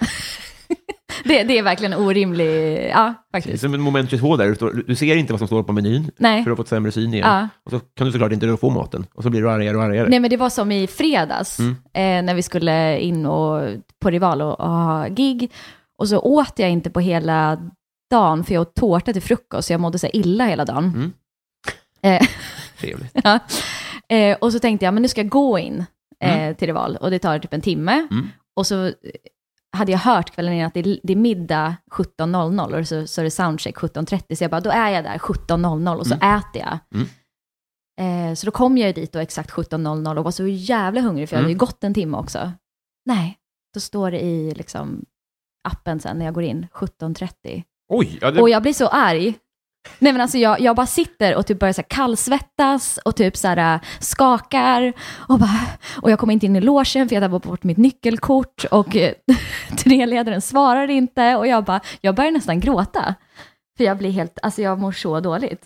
S3: det, det är verkligen orimlig... Ja,
S2: Det är
S3: faktiskt.
S2: som ett moment 22 där. Du, står, du ser inte vad som står på menyn, för
S3: Nej.
S2: du har fått sämre syn igen.
S3: Ja.
S2: Och så kan du såklart inte då få maten. Och så blir du argare och argare.
S3: Nej, men det var som i fredags,
S2: Mm.
S3: eh, när vi skulle in och, på Rival och, och ha gig. Och så åt jag inte på hela dagen, för jag åt tårta till frukost, så jag mådde så här illa hela dagen.
S2: Mm.
S3: Eh,
S2: Trevligt.
S3: Ja. Eh, och så tänkte jag, men nu ska jag gå in eh, till Rival och det tar typ en timme.
S2: Mm.
S3: Och så eh, hade jag hört kvällen innan att det är, det är middag 17.00 och så, så är det soundcheck 17.30, så jag bara, då är jag där 17.00 och så äter jag.
S2: Mm.
S3: Eh, så då kom jag ju dit då exakt 17.00 och var så jävla hungrig, för jag hade
S2: Mm.
S3: ju gått en timme också. Nej, då står det i liksom appen sen när jag går in, 17.30.
S2: Oj! Ja, det,
S3: Och jag blir så arg. Nej men alltså jag, jag bara sitter och typ börjar så här kallsvettas och typ så här äh, skakar och, bara, och jag kommer inte in i logen för jag tappade bort mitt nyckelkort och eh, turnéledaren svarar inte och jag bara, jag börjar nästan gråta. För jag blir helt, alltså jag mår så dåligt.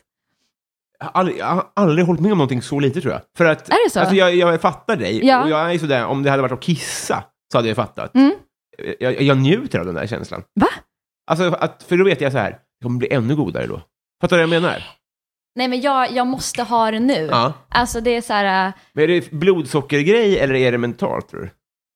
S2: Jag har aldrig, jag har aldrig hållit med om någonting så lite tror jag. För att,
S3: Är det så?
S2: Alltså, jag, jag fattar dig.
S3: Ja.
S2: Och jag är sådär, om det hade varit att kissa så hade jag fattat.
S3: Mm.
S2: Jag, jag njuter av den där känslan.
S3: Va?
S2: Alltså, att, för då vet jag så här, det kommer bli ännu godare då. Fattar du vad jag menar?
S3: Nej men jag, jag måste ha det nu.
S2: Ja.
S3: Alltså det är så här, äh,
S2: Men är det blodsockergrej eller är det mentalt tror du?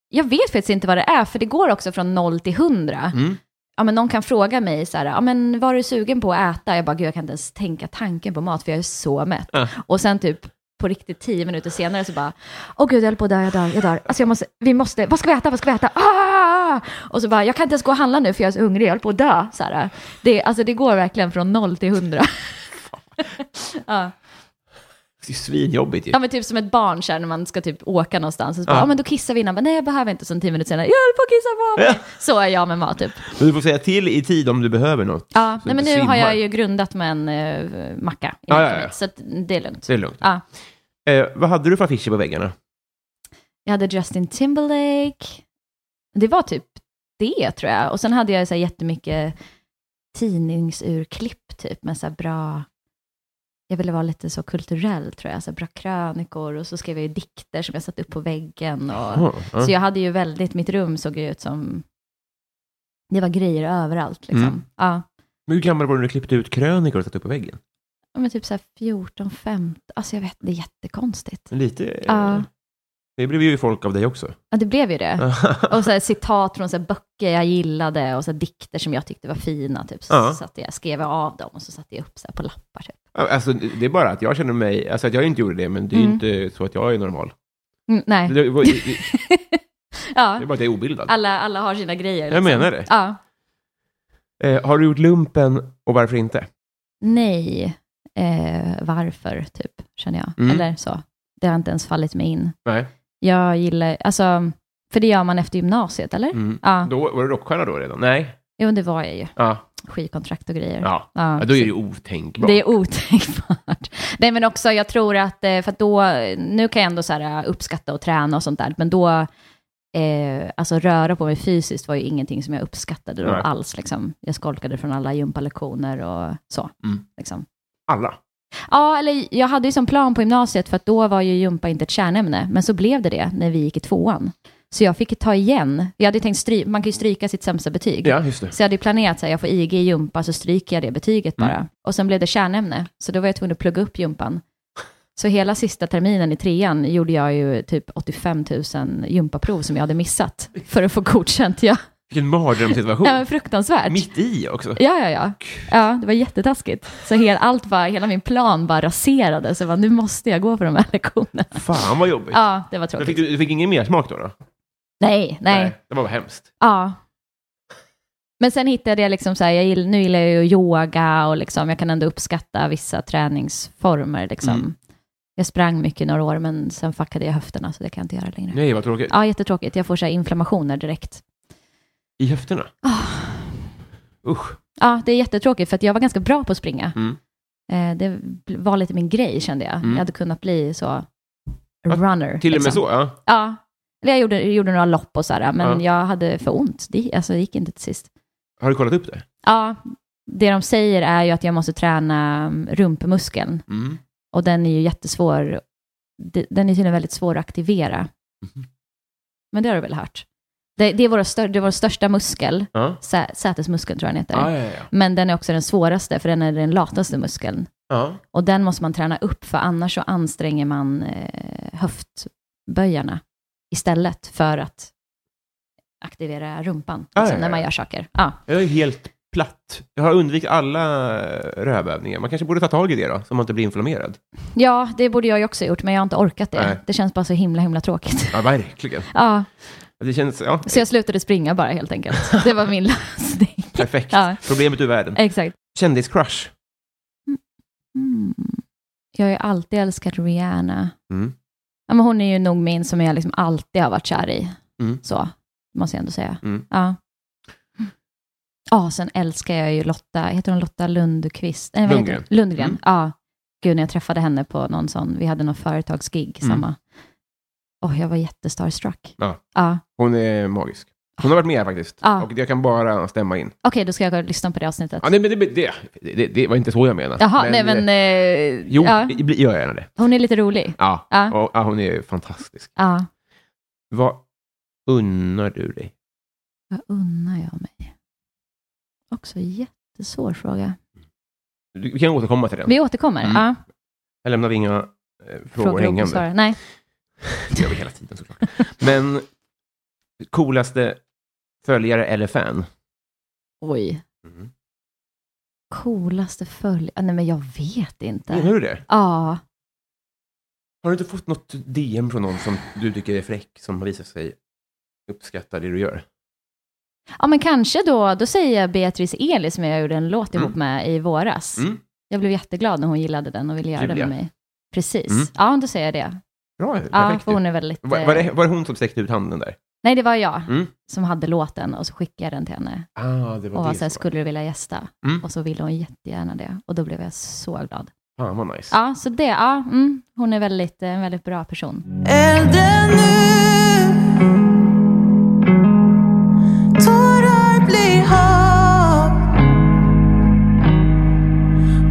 S3: jag vet faktiskt inte vad det är för det går också från noll till hundra.
S2: Mm.
S3: ja, men någon kan fråga mig så här, ja, men vad är du sugen på att äta? Jag bara, gud jag kan inte ens tänka tanken på mat för jag är så mätt.
S2: Ja.
S3: Och sen typ på riktigt tio minuter senare så bara, åh gud jag höll på att dö, jag dör, jag dör. Alltså jag måste, vi måste, vad ska vi äta, vad ska vi äta? Ah! Och så bara, jag kan inte ens gå och handla nu för jag är så hungrig, jag höll på att dö. Så här, det, alltså det går verkligen från noll till hundra. ja.
S2: Det är svinjobbigt ju.
S3: ja men typ som ett barn så här, när man ska typ åka någonstans, och så bara,
S2: Ja.
S3: ja. men då kissar vi innan, men nej jag behöver inte, sen tio minuter senare, jag höll på att kissa på mig. Så är jag med mat typ.
S2: Men du får säga till i tid om du behöver något.
S3: Ja,
S2: Så
S3: nej, men
S2: det
S3: nu har
S2: svimmar.
S3: jag ju grundat med en eh, macka i
S2: Ja,
S3: nacken,
S2: ja, ja.
S3: så att det är lugnt.
S2: Så är det lugnt.
S3: Ja.
S2: Eh, vad hade du för affischer på väggarna?
S3: Jag hade Justin Timberlake. Det var typ det, tror jag. Och sen hade jag så här jättemycket tidningsurklipp, typ, med så här bra... jag ville vara lite så kulturell tror jag, så bra krönikor och så skrev jag ju dikter som jag satte upp på väggen. Och,
S2: Jaha, ja.
S3: Så jag hade ju väldigt, mitt rum såg ju ut som, det var grejer överallt liksom.
S2: Mm.
S3: Ja.
S2: Men hur gammal var du när du klippte ut krönikor och satte upp på väggen?
S3: Ja, Men typ så här 14, 15, alltså jag vet, det är jättekonstigt.
S2: Lite... eh,
S3: Ja.
S2: Det blev ju folk av dig också.
S3: Ja, det blev ju det. Och så här, citat från så här, böcker jag gillade och så här, dikter som jag tyckte var fina, typ. Så,
S2: Ja.
S3: så att jag skrev av dem och så satte jag upp så här, på lappar. Typ.
S2: alltså, det är bara att jag känner mig... Alltså att jag inte gjorde det, men det är ju
S3: Mm.
S2: inte så att jag är normal.
S3: Mm, nej,
S2: Det, var- det
S3: ja.
S2: är bara att jag är obildad.
S3: Alla, alla har sina grejer. liksom.
S2: Jag menar det.
S3: Ja.
S2: Eh, har du gjort lumpen och varför inte?
S3: Nej, eh, varför, typ, känner jag.
S2: Mm.
S3: Eller så. Det har inte ens fallit mig in.
S2: Nej.
S3: Jag gillar, alltså, för det gör man efter gymnasiet, eller?
S2: Mm.
S3: Ja,
S2: Då, var du rockstjärna då redan? Nej.
S3: jo, det var jag ju.
S2: Ja.
S3: Skivkontrakt och grejer.
S2: ja.
S3: Ja,
S2: ja då är det ju otänkbart.
S3: Det är otänkbart. Nej, men också jag tror att, eh, för att då, nu kan jag ändå så här eh, uppskatta och träna och sånt där, men då, eh, alltså röra på mig fysiskt var ju ingenting som jag uppskattade då
S2: Nej.
S3: alls. Liksom. Jag skolkade från alla gympalektioner och så.
S2: Mm.
S3: Liksom.
S2: Alla.
S3: Ja, eller jag hade ju som plan på gymnasiet, för att då var ju gympa inte ett kärnämne, men så blev det det när vi gick i tvåan. Så jag fick ta igen. Jag hade ju tänkt, stry- man kan ju stryka sitt sämsta betyg.
S2: Ja, just det.
S3: Så jag hade ju planerat så här, jag får IG i jumpa så stryker jag det betyget bara.
S2: Mm.
S3: Och sen blev det kärnämne, så då var jag tvungen att plugga upp jumpan. Så hela sista terminen i trean gjorde jag ju typ 85 000 jumpaprov som jag hade missat för att få godkänt. Ja,
S2: Vilken mardrömssituation.
S3: ja men fruktansvärt.
S2: Oh. Mitt i också.
S3: Ja, ja, ja. ja, det var jättetaskigt. Så hel, allt var, hela min plan bara raserades. Jag bara, nu måste jag gå på de här lektionerna.
S2: Fan vad jobbigt.
S3: Ja, det var
S2: Men
S3: tråkigt.
S2: fick du, du fick ingen mer smak då? då?
S3: Nej, nej.
S2: Det var hemskt.
S3: Ja. Men sen hittade jag liksom så här, jag gill, nu gillar jag ju yoga och liksom, jag kan ändå uppskatta vissa träningsformer. Liksom.
S2: Mm.
S3: Jag sprang mycket i några år, men sen fuckade jag höfterna, så det kan jag inte göra längre.
S2: Nej, vad tråkigt.
S3: Ja, jättetråkigt. Jag får så här inflammationer direkt.
S2: I höfterna? Usch.
S3: Ja, det är jättetråkigt, för att jag var ganska bra på att springa.
S2: Mm.
S3: Eh, det bl- var lite min grej, kände jag.
S2: Mm.
S3: Jag hade kunnat bli så
S2: Ja,
S3: runner.
S2: Till och
S3: liksom.
S2: med så, ja.
S3: Ja. Eller jag gjorde, gjorde några lopp och så här, men jag hade för ont. Det, alltså, det gick inte till sist.
S2: Har du kollat upp det?
S3: Ja, det de säger är ju att jag måste träna mm, rumpmuskeln
S2: Mm.
S3: och den är ju jättesvår. de- Den är tydligen väldigt svår att aktivera.
S2: Mhm.
S3: Men det har du väl hört? Det, det, är, våra stör, det är vår största muskel,
S2: Ja.
S3: sä, sätesmuskeln tror jag den heter.
S2: Ja, ja, ja.
S3: Men den är också den svåraste, för den är den lataste muskeln.
S2: ja.
S3: Och den måste man träna upp, för annars så anstränger man eh, höftböjarna istället för att aktivera rumpan,
S2: Ja,
S3: liksom,
S2: Ah, ja,
S3: när man
S2: ja.
S3: gör saker. Ja.
S2: Jag är helt platt. Jag har undvikit alla rövövningar. Man kanske borde ta tag i det då, så man inte blir inflammerad.
S3: Ja, det borde jag ju också ha gjort, men jag har inte orkat det.
S2: Nej.
S3: Det känns bara så himla, himla tråkigt.
S2: Ja, verkligen.
S3: Ja,
S2: Det känns ja,
S3: så jag slutade springa bara helt enkelt. Det var min lösning.
S2: perfekt.
S3: Ja. Eh.
S2: Problemet ur världen.
S3: Exakt.
S2: Kändiscrush.
S3: Mm. Jag har ju alltid älskat Rihanna.
S2: Mm.
S3: Ja, men hon är ju nog min som jag liksom alltid har varit kär i.
S2: Mm.
S3: Så, måste jag ändå säga.
S2: Mm.
S3: Ja. Ja, sen älskar jag ju Lotta, heter hon Lotta Lundqvist? Nej, vad heter hon? Lundgren.
S2: Mm.
S3: Ja. Gud, när jag träffade henne på någon sån, vi hade någon företagsgig,
S2: Mm.
S3: samma. Åh, jag var jättestarstruck.
S2: Ja.
S3: ja.
S2: Hon är magisk. Hon har varit med här faktiskt.
S3: Ja.
S2: Och jag kan bara stämma in.
S3: Okej, då ska jag gå och lyssna på det avsnittet.
S2: Ja, nej, men det, det, det, det var inte så jag menade.
S3: Jaha, nej men...
S2: eh,
S3: Eh,
S2: Jo,
S3: ja.
S2: det blir- gör gärna det.
S3: Hon är lite rolig.
S2: Ja.
S3: Ja.
S2: Och, ja, hon är fantastisk.
S3: Ja.
S2: Vad unnar du dig?
S3: Vad unnar jag mig? Också jättesvår fråga.
S2: Du- Vi kan återkomma till den.
S3: Vi återkommer.
S2: Mm.
S3: Ja.
S2: Jag lämnar inga eh, frågor, hängande.
S3: obesvarade. Nej.
S2: Det gör vi hela tiden såklart. Men coolaste följare eller fan?
S3: Oj.
S2: Mm.
S3: Coolaste följ... Ah, nej, men jag vet inte.
S2: Menar du det?
S3: Ja.
S2: Har du inte fått något DM från någon som du tycker är fräck, som har visat sig uppskatta det du gör?
S3: ja, men kanske då. Då säger jag Beatrice Eli, som jag gjorde en låt ihop
S2: Mm.
S3: med i våras.
S2: Mm.
S3: Jag blev jätteglad när hon gillade den och ville göra
S2: Julia.
S3: den med mig. Precis.
S2: Mm.
S3: Ja, då säger jag det.
S2: Bra,
S3: Ja,
S2: perfekt.
S3: för
S2: ju.
S3: hon är väldigt...
S2: var,
S3: eh,
S2: var, det, var det hon som sträckte ut handen där?
S3: Nej, det var jag
S2: Mm.
S3: som hade låten och så skickade jag den till henne.
S2: Ah, det var
S3: och var
S2: det.
S3: så här,
S2: som
S3: skulle du vilja gästa?
S2: Mm.
S3: Och så ville hon jättegärna det. Och då blev jag så glad.
S2: var. Fan vad nice.
S3: Ja, så det, ja, mm, hon är väldigt, eh, en väldigt bra person.
S4: Elden nu Tårar blir hav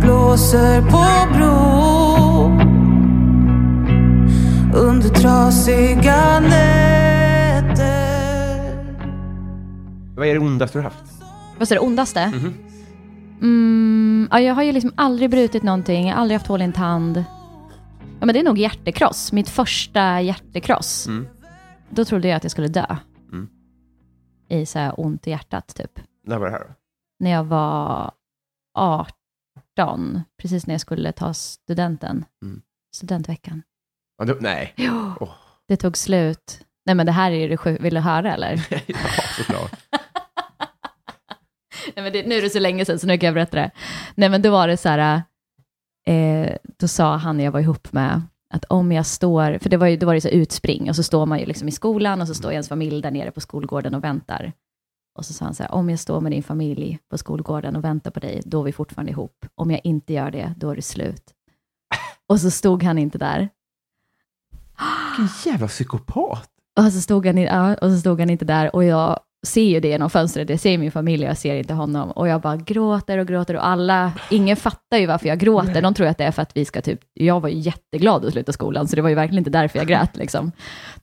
S4: Blåser på bron under trasiga nätter
S2: Vad är det ondaste du haft?
S3: Vad är det ondaste?
S2: Mhm.
S3: Mm, ja, jag har ju liksom aldrig brutit någonting, jag har aldrig haft hål i en tand. Ja, men det är nog hjärtekross, mitt första hjärtekross.
S2: Mm.
S3: Då trodde jag att jag skulle dö.
S2: Mm.
S3: I så här ont i hjärtat typ.
S2: När var det här? då?
S3: När jag var 18, precis när jag skulle ta studenten.
S2: Mm.
S3: Studentveckan.
S2: Ja, det, nej.
S3: Ja.
S2: Åh.
S3: Det tog slut. Nej men det här är det sju- vill du höra eller?
S2: ja, såklart.
S3: Nej, men det, nu är det så länge sedan, så nu kan jag berätta det. Nej, men då var det så här, eh, då sa han jag var ihop med, att om jag står, för det var ju, då var det så utspring, och så står man ju liksom i skolan, och så står ens familj där nere på skolgården och väntar. Och så sa han så här, om jag står med din familj på skolgården och väntar på dig, då är vi fortfarande ihop. Om jag inte gör det, då är det slut. Och så stod han inte där.
S2: Vilken jävla psykopat.
S3: Och så stod han, i- ja, och så stod han inte där och jag ser ju det genom fönstret, jag ser min familj och jag ser inte honom. Och jag bara gråter och gråter och alla, ingen fattar ju varför jag gråter. De tror att det är för att vi ska typ, jag var ju jätteglad att sluta skolan, så det var ju verkligen inte därför jag grät liksom.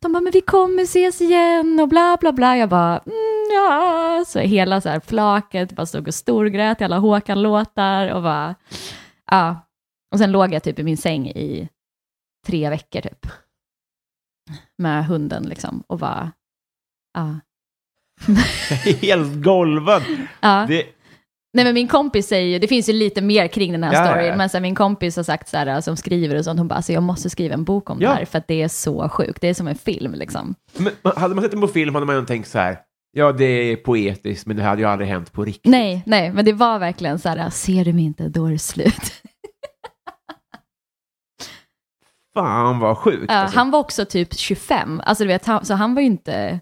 S3: De bara, men vi kommer ses igen och bla bla bla. Jag bara, mm, ja. Så hela så här flaket bara stod och storgrät i alla Håkan-låtar och bara, ja. Och sen låg jag typ i min säng i tre veckor typ med hunden liksom och bara, ah, ja.
S2: Helt golvad.
S3: ja.
S2: Det,
S3: ah. Nej men min kompis säger ju, det finns ju lite mer kring den här
S2: Ja, ja, ja.
S3: storyn, men så här, min kompis har sagt så här, som skriver och sånt, hon bara, alltså jag måste skriva en bok om
S2: Ja.
S3: det här, för att det är så sjukt, det är som en film liksom.
S2: men, man- hade man sett den på film hade man ju tänkt så här. Ja, det är poetiskt, men det hade ju aldrig hänt på riktigt.
S3: Nej, nej, men det var verkligen så här, ser du mig inte, då är det slut.
S2: Fan vad sjukt.
S3: Ja,
S2: alltså.
S3: Han var också typ 25, alltså du vet, han, så han var ju inte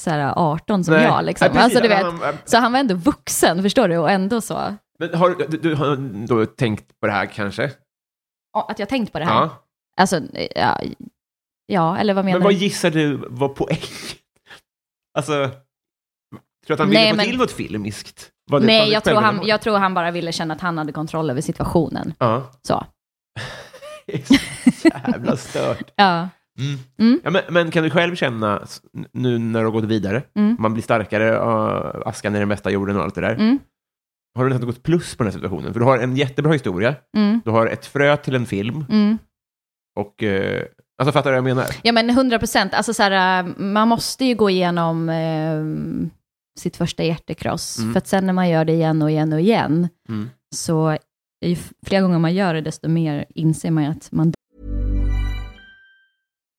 S3: så här 18 som
S2: Nej.
S3: jag liksom.
S2: Nej, precis.
S3: alltså, du vet,
S2: Han- han-
S3: så han var ändå vuxen, förstår du, och ändå så,
S2: Men har du, du har då tänkt på det här kanske?
S3: Ja, att jag tänkt på det här.
S2: Ja.
S3: Alltså, ja, ja, eller vad menar
S2: Men vad
S3: du?
S2: gissar du var poängen? Alltså, tror du att han
S3: Nej,
S2: ville få
S3: men-
S2: till något filmiskt? Var det- var
S3: Nej,
S2: det
S3: jag tror, han,
S2: självändamål?
S3: jag tror han bara ville känna att han hade kontroll över situationen.
S2: Ja.
S3: Så.
S2: Det är så Jävla stört.
S3: Ja. Mm.
S2: Ja, men, men kan du själv känna, s- nu när du har gått vidare,
S3: Mm.
S2: man blir starkare, och askan är den bästa jorden och allt det där.
S3: Mm.
S2: Har du nästan gått plus på den här situationen? För du har en jättebra historia,
S3: Mm.
S2: du har ett frö till en film
S3: Mm.
S2: och... Eh, alltså fattar du vad jag menar?
S3: Ja, men 100 procent. Alltså, så här, äh, man måste ju gå igenom eh, sitt första hjärtekross.
S2: Mm.
S3: För att sen när man gör det igen och igen och igen,
S2: Mm.
S3: så ju fler gånger man gör det, desto mer inser man att man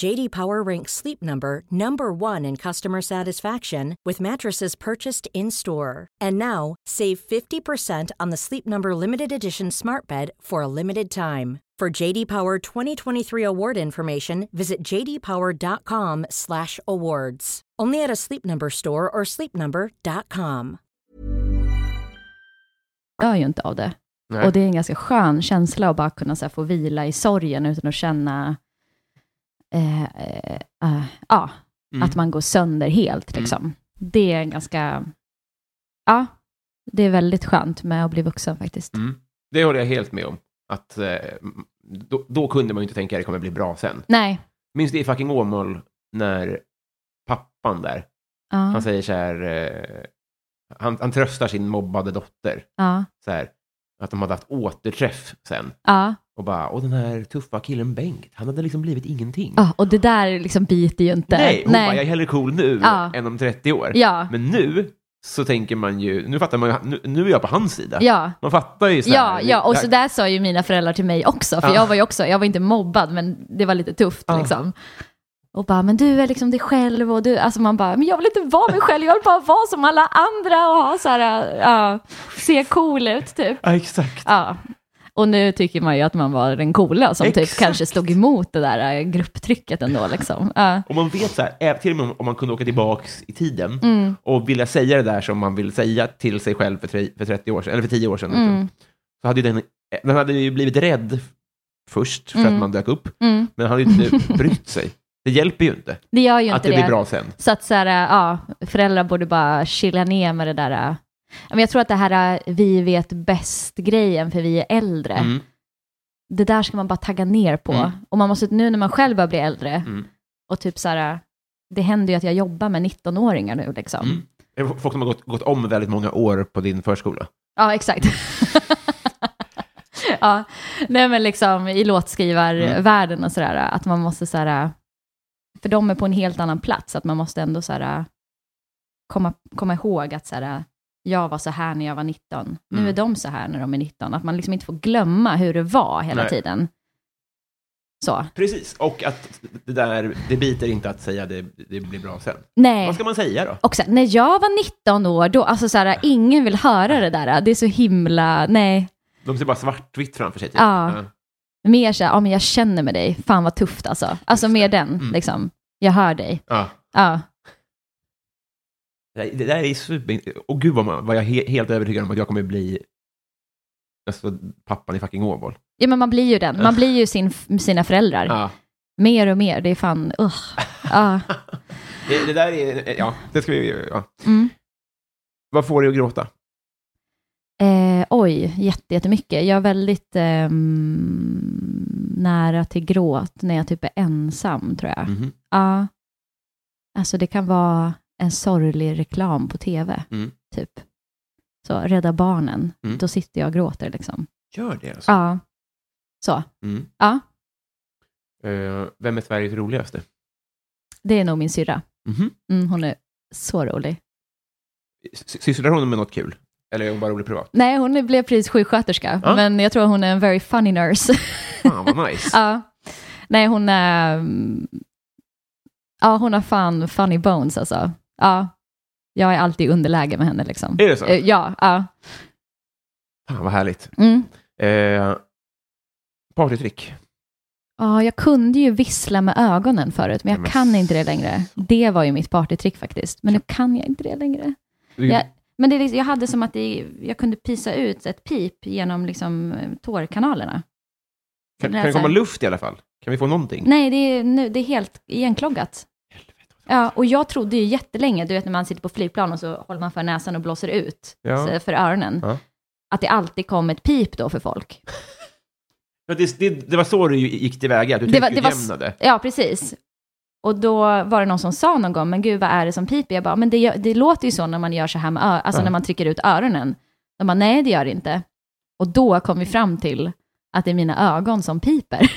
S1: JD Power ranks Sleep Number number 1 in customer satisfaction with mattresses purchased in-store. And now, save 50% on the Sleep Number limited edition Smart Bed for a limited time. For JD Power 2023 award information, visit jdpower.com/awards. Only at a Sleep Number store or sleepnumber.com.
S3: dör ju inte av det.
S2: Nej.
S3: Och det är en ganska skön känsla att bara kunna så här, få vila i sorgen utan att känna eh, eh, eh, ja,
S2: Mm.
S3: att man går sönder helt. Liksom. Det är en ganska... Ja, det är väldigt skönt med att bli vuxen faktiskt.
S2: Mm. Det håller jag helt med om. Att, eh, då, då kunde man ju inte tänka att det kommer bli bra sen.
S3: Nej.
S2: Minns det i fucking Åmål när pappan där,
S3: Ja,
S2: han säger så här, eh, han, han tröstar sin mobbade dotter,
S3: ja,
S2: så här, att de hade haft återträff sen.
S3: ja,
S2: Och bara, och den här tuffa killen Bengt, han hade liksom blivit ingenting.
S3: ja. Och det där liksom biter ju inte.
S2: Nej, hon bara, jag är hellre cool nu
S3: Ja.
S2: än om 30 år.
S3: Ja,
S2: oh Men nu så tänker man ju, nu fattar man ju, nu, nu är jag på hans sida.
S3: Ja.
S2: Man fattar ju så
S3: Ja,
S2: här,
S3: ja, och så där sa ju mina föräldrar till mig också, för
S2: Ja.
S3: jag var ju också, jag var inte mobbad, men det var lite tufft
S2: Ja.
S3: liksom. Och bara, men du är liksom dig själv och du, alltså man bara, men jag vill inte vara mig själv, jag vill bara vara som alla andra och ha så här, ja, se cool ut typ.
S2: Ja, exakt.
S3: Ja. Och nu tycker man ju att man var den coola som typ
S2: Exakt.
S3: kanske stod emot det där eh, grupptrycket ändå liksom. Ja.
S2: Och man vet så här, ä- till och med om- om man kunde åka tillbaks i tiden
S3: Mm,
S2: och vilja säga det där som man vill säga till sig själv för, tre, för 30 år sedan, eller för 10 år sedan, liksom,
S3: Mm,
S2: så hade ju den, den hade ju blivit rädd först för
S3: Mm.
S2: att man dök upp,
S3: mm.
S2: men hade ju inte brytt sig. Det hjälper ju inte
S3: Det gör ju inte
S2: att det blir bra sen.
S3: Så att så här, äh, ja, föräldrar borde bara chilla ner med det där. äh. Men jag tror att det här äh, vi vet bäst-grejen för vi är äldre,
S2: Mm.
S3: det där ska man bara tagga ner på.
S2: Mm.
S3: Och man måste, nu när man själv börjar bli äldre,
S2: Mm.
S3: och typ så här, äh, det händer ju att jag jobbar med 19-åringar nu liksom.
S2: Mm. Är det Folk som har gått, gått om väldigt många år på din förskola.
S3: Ja, exakt. ja, nej men liksom i låtskrivarvärlden och sådär, att man måste sådär, för de är på en helt annan plats, att man måste ändå sådär komma, komma ihåg att sådär, jag var så här när jag var 19, nu
S2: Mm.
S3: är de så här när de är 19, att man liksom inte får glömma hur det var hela
S2: Nej.
S3: tiden. Så.
S2: Precis, och att det där, det biter inte att säga det, det blir bra sen.
S3: Nej.
S2: Vad ska man säga då?
S3: Och sen, när jag var 19 år, då, alltså såhär, ingen vill höra det där, det är så himla, nej.
S2: De ser bara svartvitt framför sig. typ.
S3: Ja. Mer så här, ja men jag känner med dig, fan vad tufft alltså. Alltså
S2: Just
S3: mer
S2: det.
S3: den,
S2: Mm.
S3: liksom. Jag hör dig.
S2: Ja.
S3: Ja.
S2: Det där- det där är super... Och gud vad, man, vad jag är he, helt övertygad om att jag kommer bli alltså, pappan i fucking Åmål.
S3: ja, men man blir ju den. Man blir ju sin, sina föräldrar.
S2: Ja.
S3: Mer och mer, det är fan, uh. ja.
S2: Det, det där är... Ja, det ska vi... Ja.
S3: Mm.
S2: Vad får dig att gråta?
S3: Eh, oj, jätte, jättemycket. Jag är väldigt ehm, nära till gråt när jag typ är ensam, tror jag.
S2: Mhm.
S3: Ja. Alltså det kan vara en sorglig reklam på tv,
S2: Mm.
S3: typ. Så, Rädda Barnen,
S2: Mm.
S3: då sitter jag och gråter liksom.
S2: Gör det alltså.
S3: Ja. Så,
S2: Mm.
S3: ja.
S2: Eh, vem är Sveriges roligaste?
S3: Det är nog min syrra.
S2: Mhm.
S3: Mm, hon är så rolig.
S2: S- Sysslar hon med något kul? Eller är hon bara rolig privat?
S3: Nej, hon blev precis sjuksköterska,
S2: Ja.
S3: men jag tror hon är en very funny nurse.
S2: Fan vad nice.
S3: ja. Nej, hon är... mm, Ja, hon har fan funny bones alltså. Ja. Jag är alltid i underläge med henne liksom.
S2: Är det så?
S3: Eh, Ja, ja.
S2: Fan vad härligt.
S3: Mm.
S2: Eh, partytrick.
S3: Ja, jag kunde ju vissla med ögonen förut, men jag
S2: Nej, men
S3: kan inte det längre. Det var ju mitt partytrick faktiskt, men nu kan jag inte det längre.
S2: Du,
S3: Jag, men det, är liksom- jag hade som att det, jag kunde pisa ut ett pip genom liksom, eh, tårkanalerna.
S2: kan,
S3: det
S2: kan
S3: är
S2: det
S3: så
S2: komma
S3: här- Mm,
S2: luft i alla fall? Kan vi få någonting?
S3: Nej, det är, nu, det är helt igenkloggat. Ja, och jag trodde ju jättelänge, du vet när man sitter på flygplan och så håller man för näsan och blåser ut
S2: Ja.
S3: så, för öronen,
S2: Ja.
S3: att det alltid kom ett pip då för folk.
S2: Ja, Det, det, det var så du ju gick tillväga, att du
S3: Det var- det var s-
S2: tryckutjämnade.
S3: Ja, precis. Och då var det någon som sa någon gång, men gud vad är det som piper? Jag bara, men det, gör- det låter ju så när man gör så här med ö- alltså
S2: Ja.
S3: när man trycker ut öronen. De bara, nej det gör det inte. Och då kom vi fram till att det är mina ögon som piper.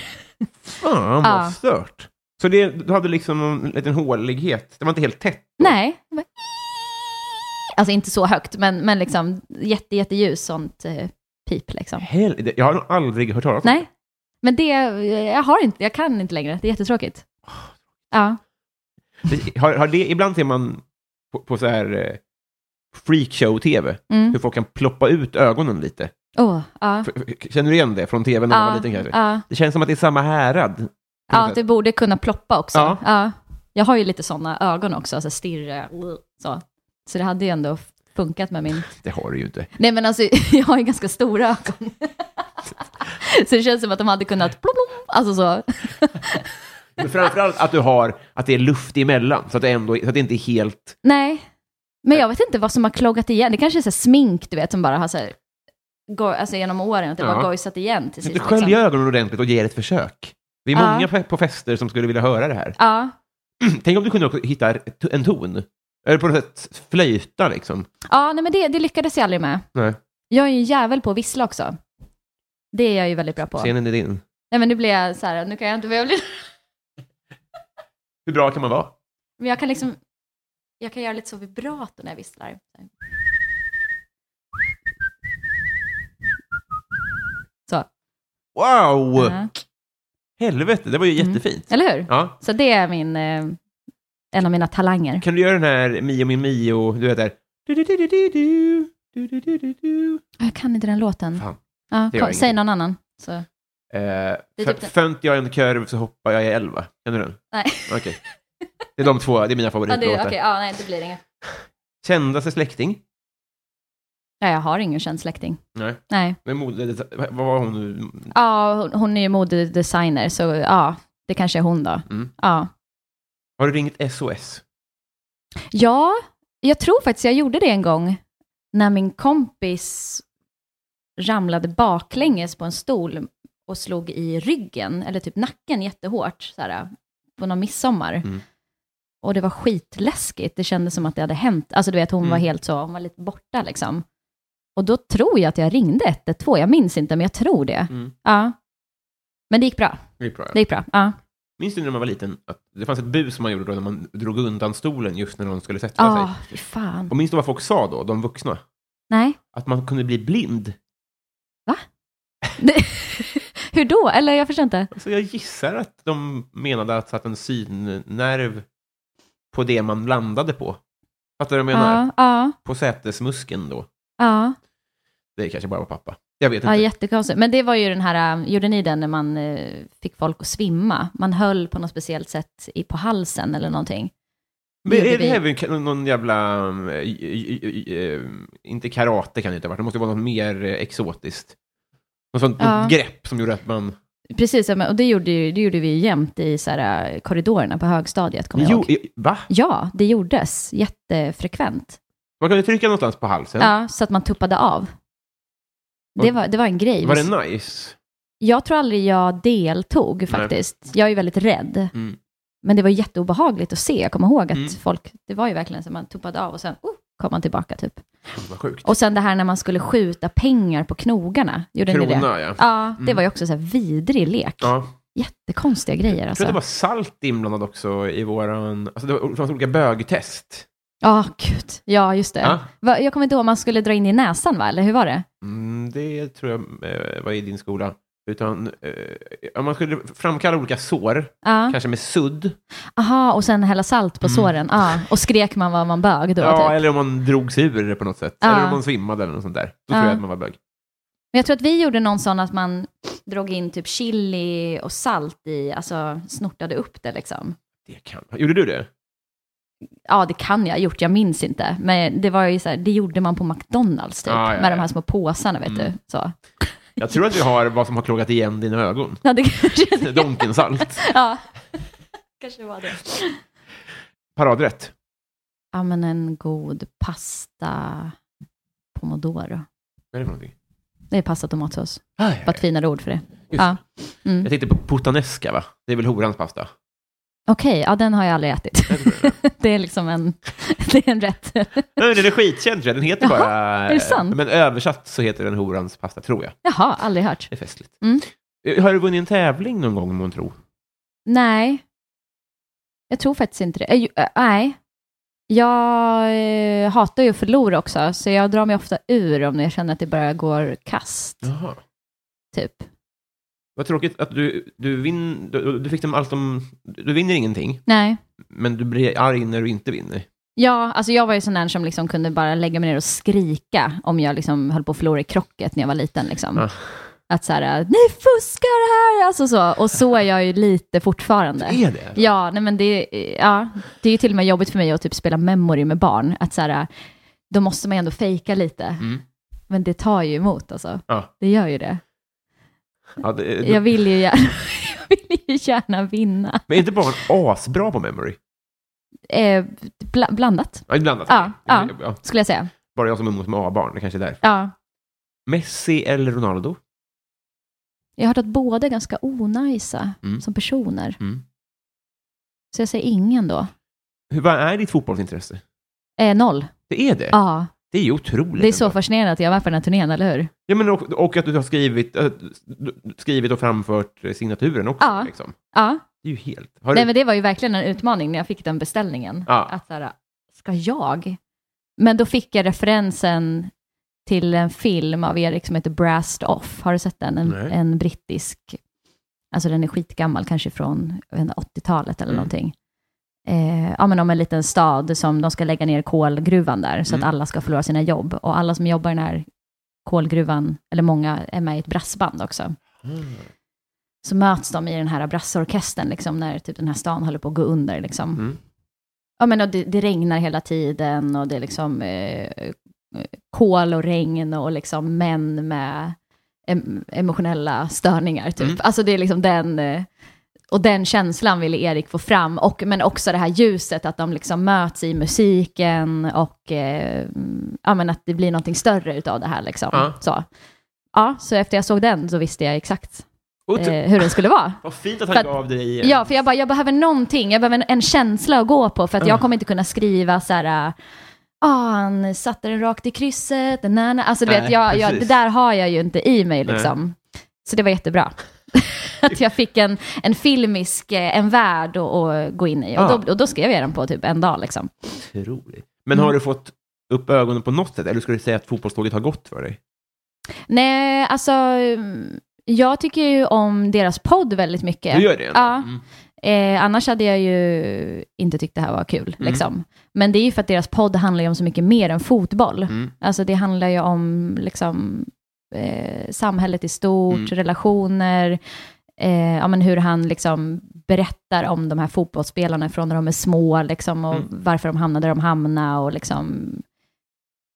S2: Fan vad
S3: Ja.
S2: stört. Så det, du hade liksom en liten hålighet, det var inte helt tätt?
S3: Nej. det var- Alltså inte så högt, men, men liksom jätte, jätteljus sånt eh, pip liksom.
S2: Hel, det- jag har nog aldrig hört talas om
S3: Nej. Men det, jag har inte, jag kan inte längre. Det är jättetråkigt. Ja.
S2: det. Har, har det. Ibland ser man på, på så här eh, freakshow-tv,
S3: Mm.
S2: hur folk kan ploppa ut ögonen lite.
S3: Åh, ja.
S2: F- f- Känner du igen det från tv när man var
S3: Ja,
S2: liten kanske?
S3: ja.
S2: Det känns som att det är samma härad.
S3: ja, det borde kunna ploppa också.
S2: Ja.
S3: Ja. Jag har ju lite sådana ögon också, så stirra. Så. så det hade ju ändå funkat med min...
S2: Det har du ju inte.
S3: Nej men alltså, jag har ju ganska stora ögon. så det känns som att de hade kunnat... Plom, plom, alltså så.
S2: Men framförallt att du har, att det är luft emellan, så att det, ändå, så att det inte är helt...
S3: Nej, men jag vet inte vad som har kloggat igen. Det kanske är så här smink, du vet, som bara har så här, go- alltså genom åren, att det
S2: Ja.
S3: bara gojsat igen till
S2: Du
S3: sist.
S2: skölj
S3: liksom.
S2: ögonen ordentligt och ger ett försök. Vi är
S3: Ja.
S2: många pe- på fester som skulle vilja höra det här.
S3: Ja.
S2: Tänk om du kunde också hitta ett- en ton. Eller på något sätt flöjta liksom.
S3: ja, nej men det, det lyckades jag aldrig med.
S2: Nej,
S3: Jag är ju en jävel på att vissla också. Det är jag ju väldigt bra på.
S2: scenen är din.
S3: Nej men nu blir jag så här, nu kan jag inte, jag blir,
S2: Hur bra kan man vara?
S3: men jag kan liksom, Jag kan göra lite så vibrato när jag visslar. Så.
S2: Wow!
S3: Ja.
S2: Helvete, det var ju
S3: Mm.
S2: jättefint.
S3: Eller hur?
S2: Ja.
S3: Så det är min, eh, en av mina talanger.
S2: Kan du göra den här Mio min Mio, du vet där. Du, du, du, du, du, du. Du, du, du, du, du.
S3: Jag kan inte den låten.
S2: Fan. det
S3: Ja,
S2: gör
S3: kom,
S2: ingenting.
S3: säg någon annan. Så.
S2: Eh,
S3: är
S2: fö-
S3: typ den-
S2: Fönt jag en kurv så hoppar jag i elva. Kan du den?
S3: Nej.
S2: Okej. Det är de två, det är mina
S3: Ja, det,
S2: favoritlåtar.
S3: okej, ja, nej, det blir inget.
S2: Kändaste släkting?
S3: Ja, jag har ingen känd släkting.
S2: Nej.
S3: Nej.
S2: Men mode, vad var hon nu?
S3: Ja, hon, hon är ju modedesigner, så ja, det kanske är hon då.
S2: Mm.
S3: Ja.
S2: Har du ringt SOS?
S3: ja, jag tror faktiskt jag gjorde det en gång när min kompis ramlade baklänges på en stol och slog i ryggen, eller typ nacken jättehårt, så här, på någon midsommar.
S2: Mm.
S3: Och det var skitläskigt, det kändes som att det hade hänt. Alltså du vet, hon
S2: Mm.
S3: var helt så, hon var lite borta liksom. Och då tror jag att jag ringde 112, jag minns inte, men jag tror det.
S2: Mm.
S3: Ja. Men det gick bra.
S2: Det är bra.
S3: Det gick bra. Ja.
S2: Minns du när man var liten? Att det fanns ett bus som man gjorde då när man drog undan stolen just när någon skulle sätta
S3: Ah,
S2: sig.
S3: fy fan.
S2: Och minns du vad folk sa då, de vuxna?
S3: Nej.
S2: Att man kunde bli blind.
S3: Det- Hur då? Eller jag förstår inte.
S2: Alltså jag gissar att de menade att, att en synnerv på det man landade på. Fattar du vad jag menar?
S3: Ja, ja,
S2: På sätesmuskeln då.
S3: ja.
S2: Det kanske bara var pappa. Jag vet
S3: ja
S2: inte.
S3: jättekonstigt. Men det var ju den här, äh, gjorde ni den när man eh, fick folk att svimma? Man höll på något speciellt sätt i, på halsen eller någonting.
S2: Men är
S3: gjorde
S2: det
S3: vi.
S2: här väl någon jävla... um, eh, eh, eh, Inte karate kan det inte ha varit. Det måste vara något mer eh, exotiskt. Något sånt
S3: Ja.
S2: något grepp som gjorde att man...
S3: Precis, ja, men- och det gjorde, ju, det gjorde vi ju jämt i så här, äh, korridorerna på högstadiet, kommer jag
S2: Jo,
S3: ihåg.
S2: i- va?
S3: Ja, det gjordes jättefrekvent.
S2: Man kunde trycka någonstans på halsen.
S3: Ja, så att man tuppade av. Det
S2: Och-
S3: var, det var en grej.
S2: Var det nice?
S3: Jag tror aldrig jag deltog faktiskt. Jag är ju väldigt rädd.
S2: Mm.
S3: Men det var jätteobehagligt att se. Jag kommer ihåg att
S2: Mm.
S3: folk, det var ju verkligen så att man tuppade av och sen oh, kom man tillbaka typ.
S2: Vad sjukt.
S3: Och sen det här när man skulle skjuta pengar på knogarna. Gjorde ni det?
S2: Krona, ja.
S3: Ja, det
S2: Mm.
S3: var ju också så här vidrig lek.
S2: ja.
S3: Jättekonstiga grejer
S2: Jag
S3: alltså.
S2: tror att det var salt inblandat också i våran... Alltså det var det fanns olika bögtest.
S3: Ja, gud. Ja, just det.
S2: Ja.
S3: Va, jag kommer inte ihåg om man skulle dra in i näsan va, eller hur var det?
S2: Mm, det tror jag eh, var i din skola. Utan eh, om man skulle framkalla olika sår,
S3: Ja.
S2: kanske med sudd.
S3: Aha, och sen hälla salt på
S2: Mm.
S3: såren. Ja. Och skrek man vad man bög då?
S2: ja,
S3: typ.
S2: eller om man drog sig ur det på något sätt.
S3: Ja.
S2: Eller om man svimmade eller något sånt där. Då tror
S3: Ja.
S2: jag att man var bög.
S3: Men jag tror att vi gjorde någon sån att man drog in typ chili och salt i, alltså snortade upp det liksom.
S2: Det kan Gjorde du det?
S3: Ja, det kan jag ha gjort, jag minns inte. Men det var ju så här, det gjorde man på McDonalds typ,
S2: Ja, ja, ja.
S3: med de här små påsarna vet
S2: Mm.
S3: du. Så.
S2: Jag tror att vi har vad som har klagat igen dina ögon.
S3: Ja, det kanske
S2: Donkensalt.
S3: ja. kanske var det.
S2: Paradrätt.
S3: Ja, men en god pasta pomodoro.
S2: Vad är det för någonting?
S3: Det är pasta tomatsås,
S2: Aj,
S3: bara ett finare ord för det.
S2: Just
S3: Ja. Mm.
S2: Jag tänkte på puttanesca, va? Det är väl horans pasta?
S3: Okej, ja den har jag aldrig ätit.
S2: Jag tror det.
S3: det är liksom en, det är en rätt.
S2: Nej, den är skitkänd tror jag. Den heter
S3: Jaha,
S2: bara...
S3: det sant?
S2: Men översatt så heter den horans pasta, tror jag.
S3: Jaha, aldrig hört.
S2: Det är festligt. Eh,
S3: Mm.
S2: Har du vunnit en tävling någon gång, må tro?
S3: Nej. Jag tror faktiskt inte det. Eh, ju- eh, Nej. Jag eh, hatar ju att förlora också, så jag drar mig ofta ur om jag känner att det bara går kast,
S2: Jaha.
S3: typ.
S2: Vad tråkigt att du, du, vin, du, du fick dem allt om... Du vinner ingenting,
S3: Nej.
S2: men du blir arg när du inte vinner.
S3: Ja, alltså jag var ju sån där som liksom kunde bara lägga mig ner och skrika om jag liksom höll på att förlora i krocket när jag var liten. Liksom.
S2: Ja.
S3: Att så här, ni fuskar här! Alltså så. Och så är jag ju lite fortfarande.
S2: Är det?
S3: Ja, nej men det, ja, det är ju till och med jobbigt för mig att typ spela memory med barn. Att så här, då måste man ju ändå fejka lite.
S2: Mm.
S3: Men det tar ju emot alltså.
S2: Ja.
S3: Det gör ju det.
S2: Ja, det
S3: Jag vill ju gärna, jag vill ju gärna vinna.
S2: Men är inte barn asbra på memory?
S3: Eh, bla, blandat,
S2: Ja, ibland.
S3: Ja, ja.
S2: Ja,
S3: skulle jag säga.
S2: Bara jag som umgås med A-barn, det kanske är där.
S3: Ja.
S2: Messi eller Ronaldo?
S3: Jag har hört att båda är ganska onajsa
S2: Mm.
S3: som personer.
S2: Mm.
S3: Så jag säger ingen då.
S2: Hur, vad är ditt fotbollsintresse?
S3: Eh, noll.
S2: Det är det?
S3: Ja,
S2: Det är ju otroligt.
S3: det är så
S2: ändå.
S3: fascinerande att jag var på den här turnén, eller hur?
S2: Ja, men och, och att du har skrivit, äh, skrivit och framfört eh, signaturen också.
S3: Ja.
S2: Liksom.
S3: Ja.
S2: Det är ju helt... Har
S3: Nej,
S2: du,
S3: men det var ju verkligen en utmaning när jag fick den beställningen.
S2: Ja.
S3: Att så här, ska jag? Men då fick jag referensen till en film av Erik som heter Brast Off. Har du sett den? En,
S2: Nej.
S3: en brittisk, alltså den är skitgammal, kanske från jag vet inte, 80-talet eller
S2: Mm.
S3: någonting. Eh, ja, men om en liten stad som de ska lägga ner kolgruvan där, så
S2: Mm.
S3: att alla ska förlora sina jobb. Och alla som jobbar i den här kolgruvan, eller många, är med i ett brassband också
S2: Mm.
S3: så möts de i den här brassorkestern, liksom, när typ den här stan håller på att gå under. Liksom.
S2: Mm.
S3: Ja, men, och det, det regnar hela tiden och det är liksom eh, eh, kol och regn och liksom män med em- emotionella störningar. Typ.
S2: Mm.
S3: Alltså det är liksom den, eh, och den känslan ville Erik få fram, och, men också det här ljuset, att de liksom möts i musiken och eh, mm, ja, men att det blir någonting större utav det här. Liksom.
S2: Ja.
S3: Så. Ja, så efter jag såg den så visste jag exakt
S2: Och
S3: eh, hur den skulle vara.
S2: Vad fint att han
S3: för att-
S2: gav dig... eh,
S3: Ja, för jag bara, jag behöver någonting, jag behöver en, en känsla att gå på, för att
S2: Ja.
S3: jag kommer inte kunna skriva så här, äh, ah, han satte den rakt i krysset, na, na. alltså du vet,
S2: Nej,
S3: jag, jag, det
S2: precis.
S3: där har jag ju inte i mig liksom. Så det var jättebra. att jag fick en, en filmisk, eh, en värld att, att gå in i. Och,
S2: Ja.
S3: då, och då skrev jag den på typ en dag liksom.
S2: Otroligt. Men
S3: Mm.
S2: har du fått upp ögonen på något sätt? Eller skulle du säga att fotbollståget har gått för dig?
S3: Nej, alltså, mm, jag tycker ju om deras podd väldigt mycket.
S2: Du gör det? ändå.
S3: Ja.
S2: Mm.
S3: Eh, annars hade jag ju inte tyckt det här var kul.
S2: Mm.
S3: Liksom. Men det är ju för att deras podd handlar ju om så mycket mer än fotboll.
S2: Mm.
S3: Alltså det handlar ju om liksom, eh, samhället i stort,
S2: Mm.
S3: relationer, eh, ja, men hur han liksom berättar om de här fotbollsspelarna från när de är små, liksom, och
S2: Mm.
S3: varför de hamnade där de hamnade, och liksom,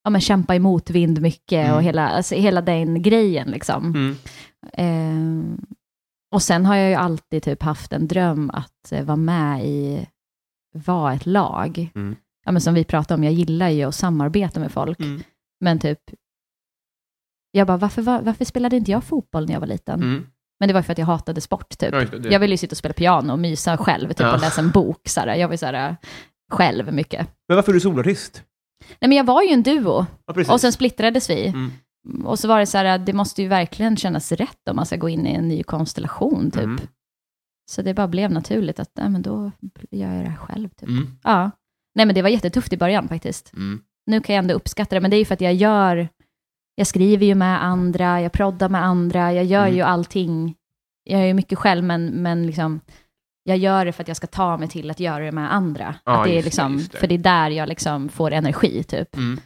S3: ja, men kämpa i motvind mycket,
S2: Mm.
S3: och hela, alltså, hela den grejen. Liksom.
S2: Mm.
S3: Eh, och sen har jag ju alltid typ haft en dröm att eh, vara med i, vara ett lag.
S2: Mm.
S3: Ja, men som vi pratade om, jag gillar ju att samarbeta med folk,
S2: Mm.
S3: men typ, jag bara, varför, var, varför spelade inte jag fotboll när jag var liten?
S2: Mm.
S3: Men det var ju för att jag hatade sport, typ.
S2: Ja, just det, det-
S3: Jag ville ju sitta och spela piano och mysa själv, typ,
S2: Ja.
S3: och läsa en bok. Så här. Jag var ju så här, eh, själv mycket.
S2: Men varför är du solartist?
S3: Nej, men jag var ju en duo,
S2: Ja, precis.
S3: och sen splittrades vi.
S2: Mm.
S3: Och så var det så här, eh, det måste ju verkligen kännas rätt om man ska gå in i en ny konstellation, typ.
S2: Mm.
S3: Så det bara blev naturligt att, nej men då gör jag det här själv. Typ.
S2: Mm.
S3: Ja. Nej men det var jättetufft i början faktiskt.
S2: Mm.
S3: Nu kan jag ändå uppskatta det, men det är ju för att jag gör, jag skriver ju med andra, jag proddar med andra, jag gör
S2: Mm.
S3: ju allting. Jag är ju mycket själv, men, men liksom, jag gör det för att jag ska ta mig till att göra det med andra.
S2: Ja,
S3: att det är
S2: just det,
S3: liksom,
S2: just det.
S3: För det är där jag liksom får energi, typ.
S2: Mm.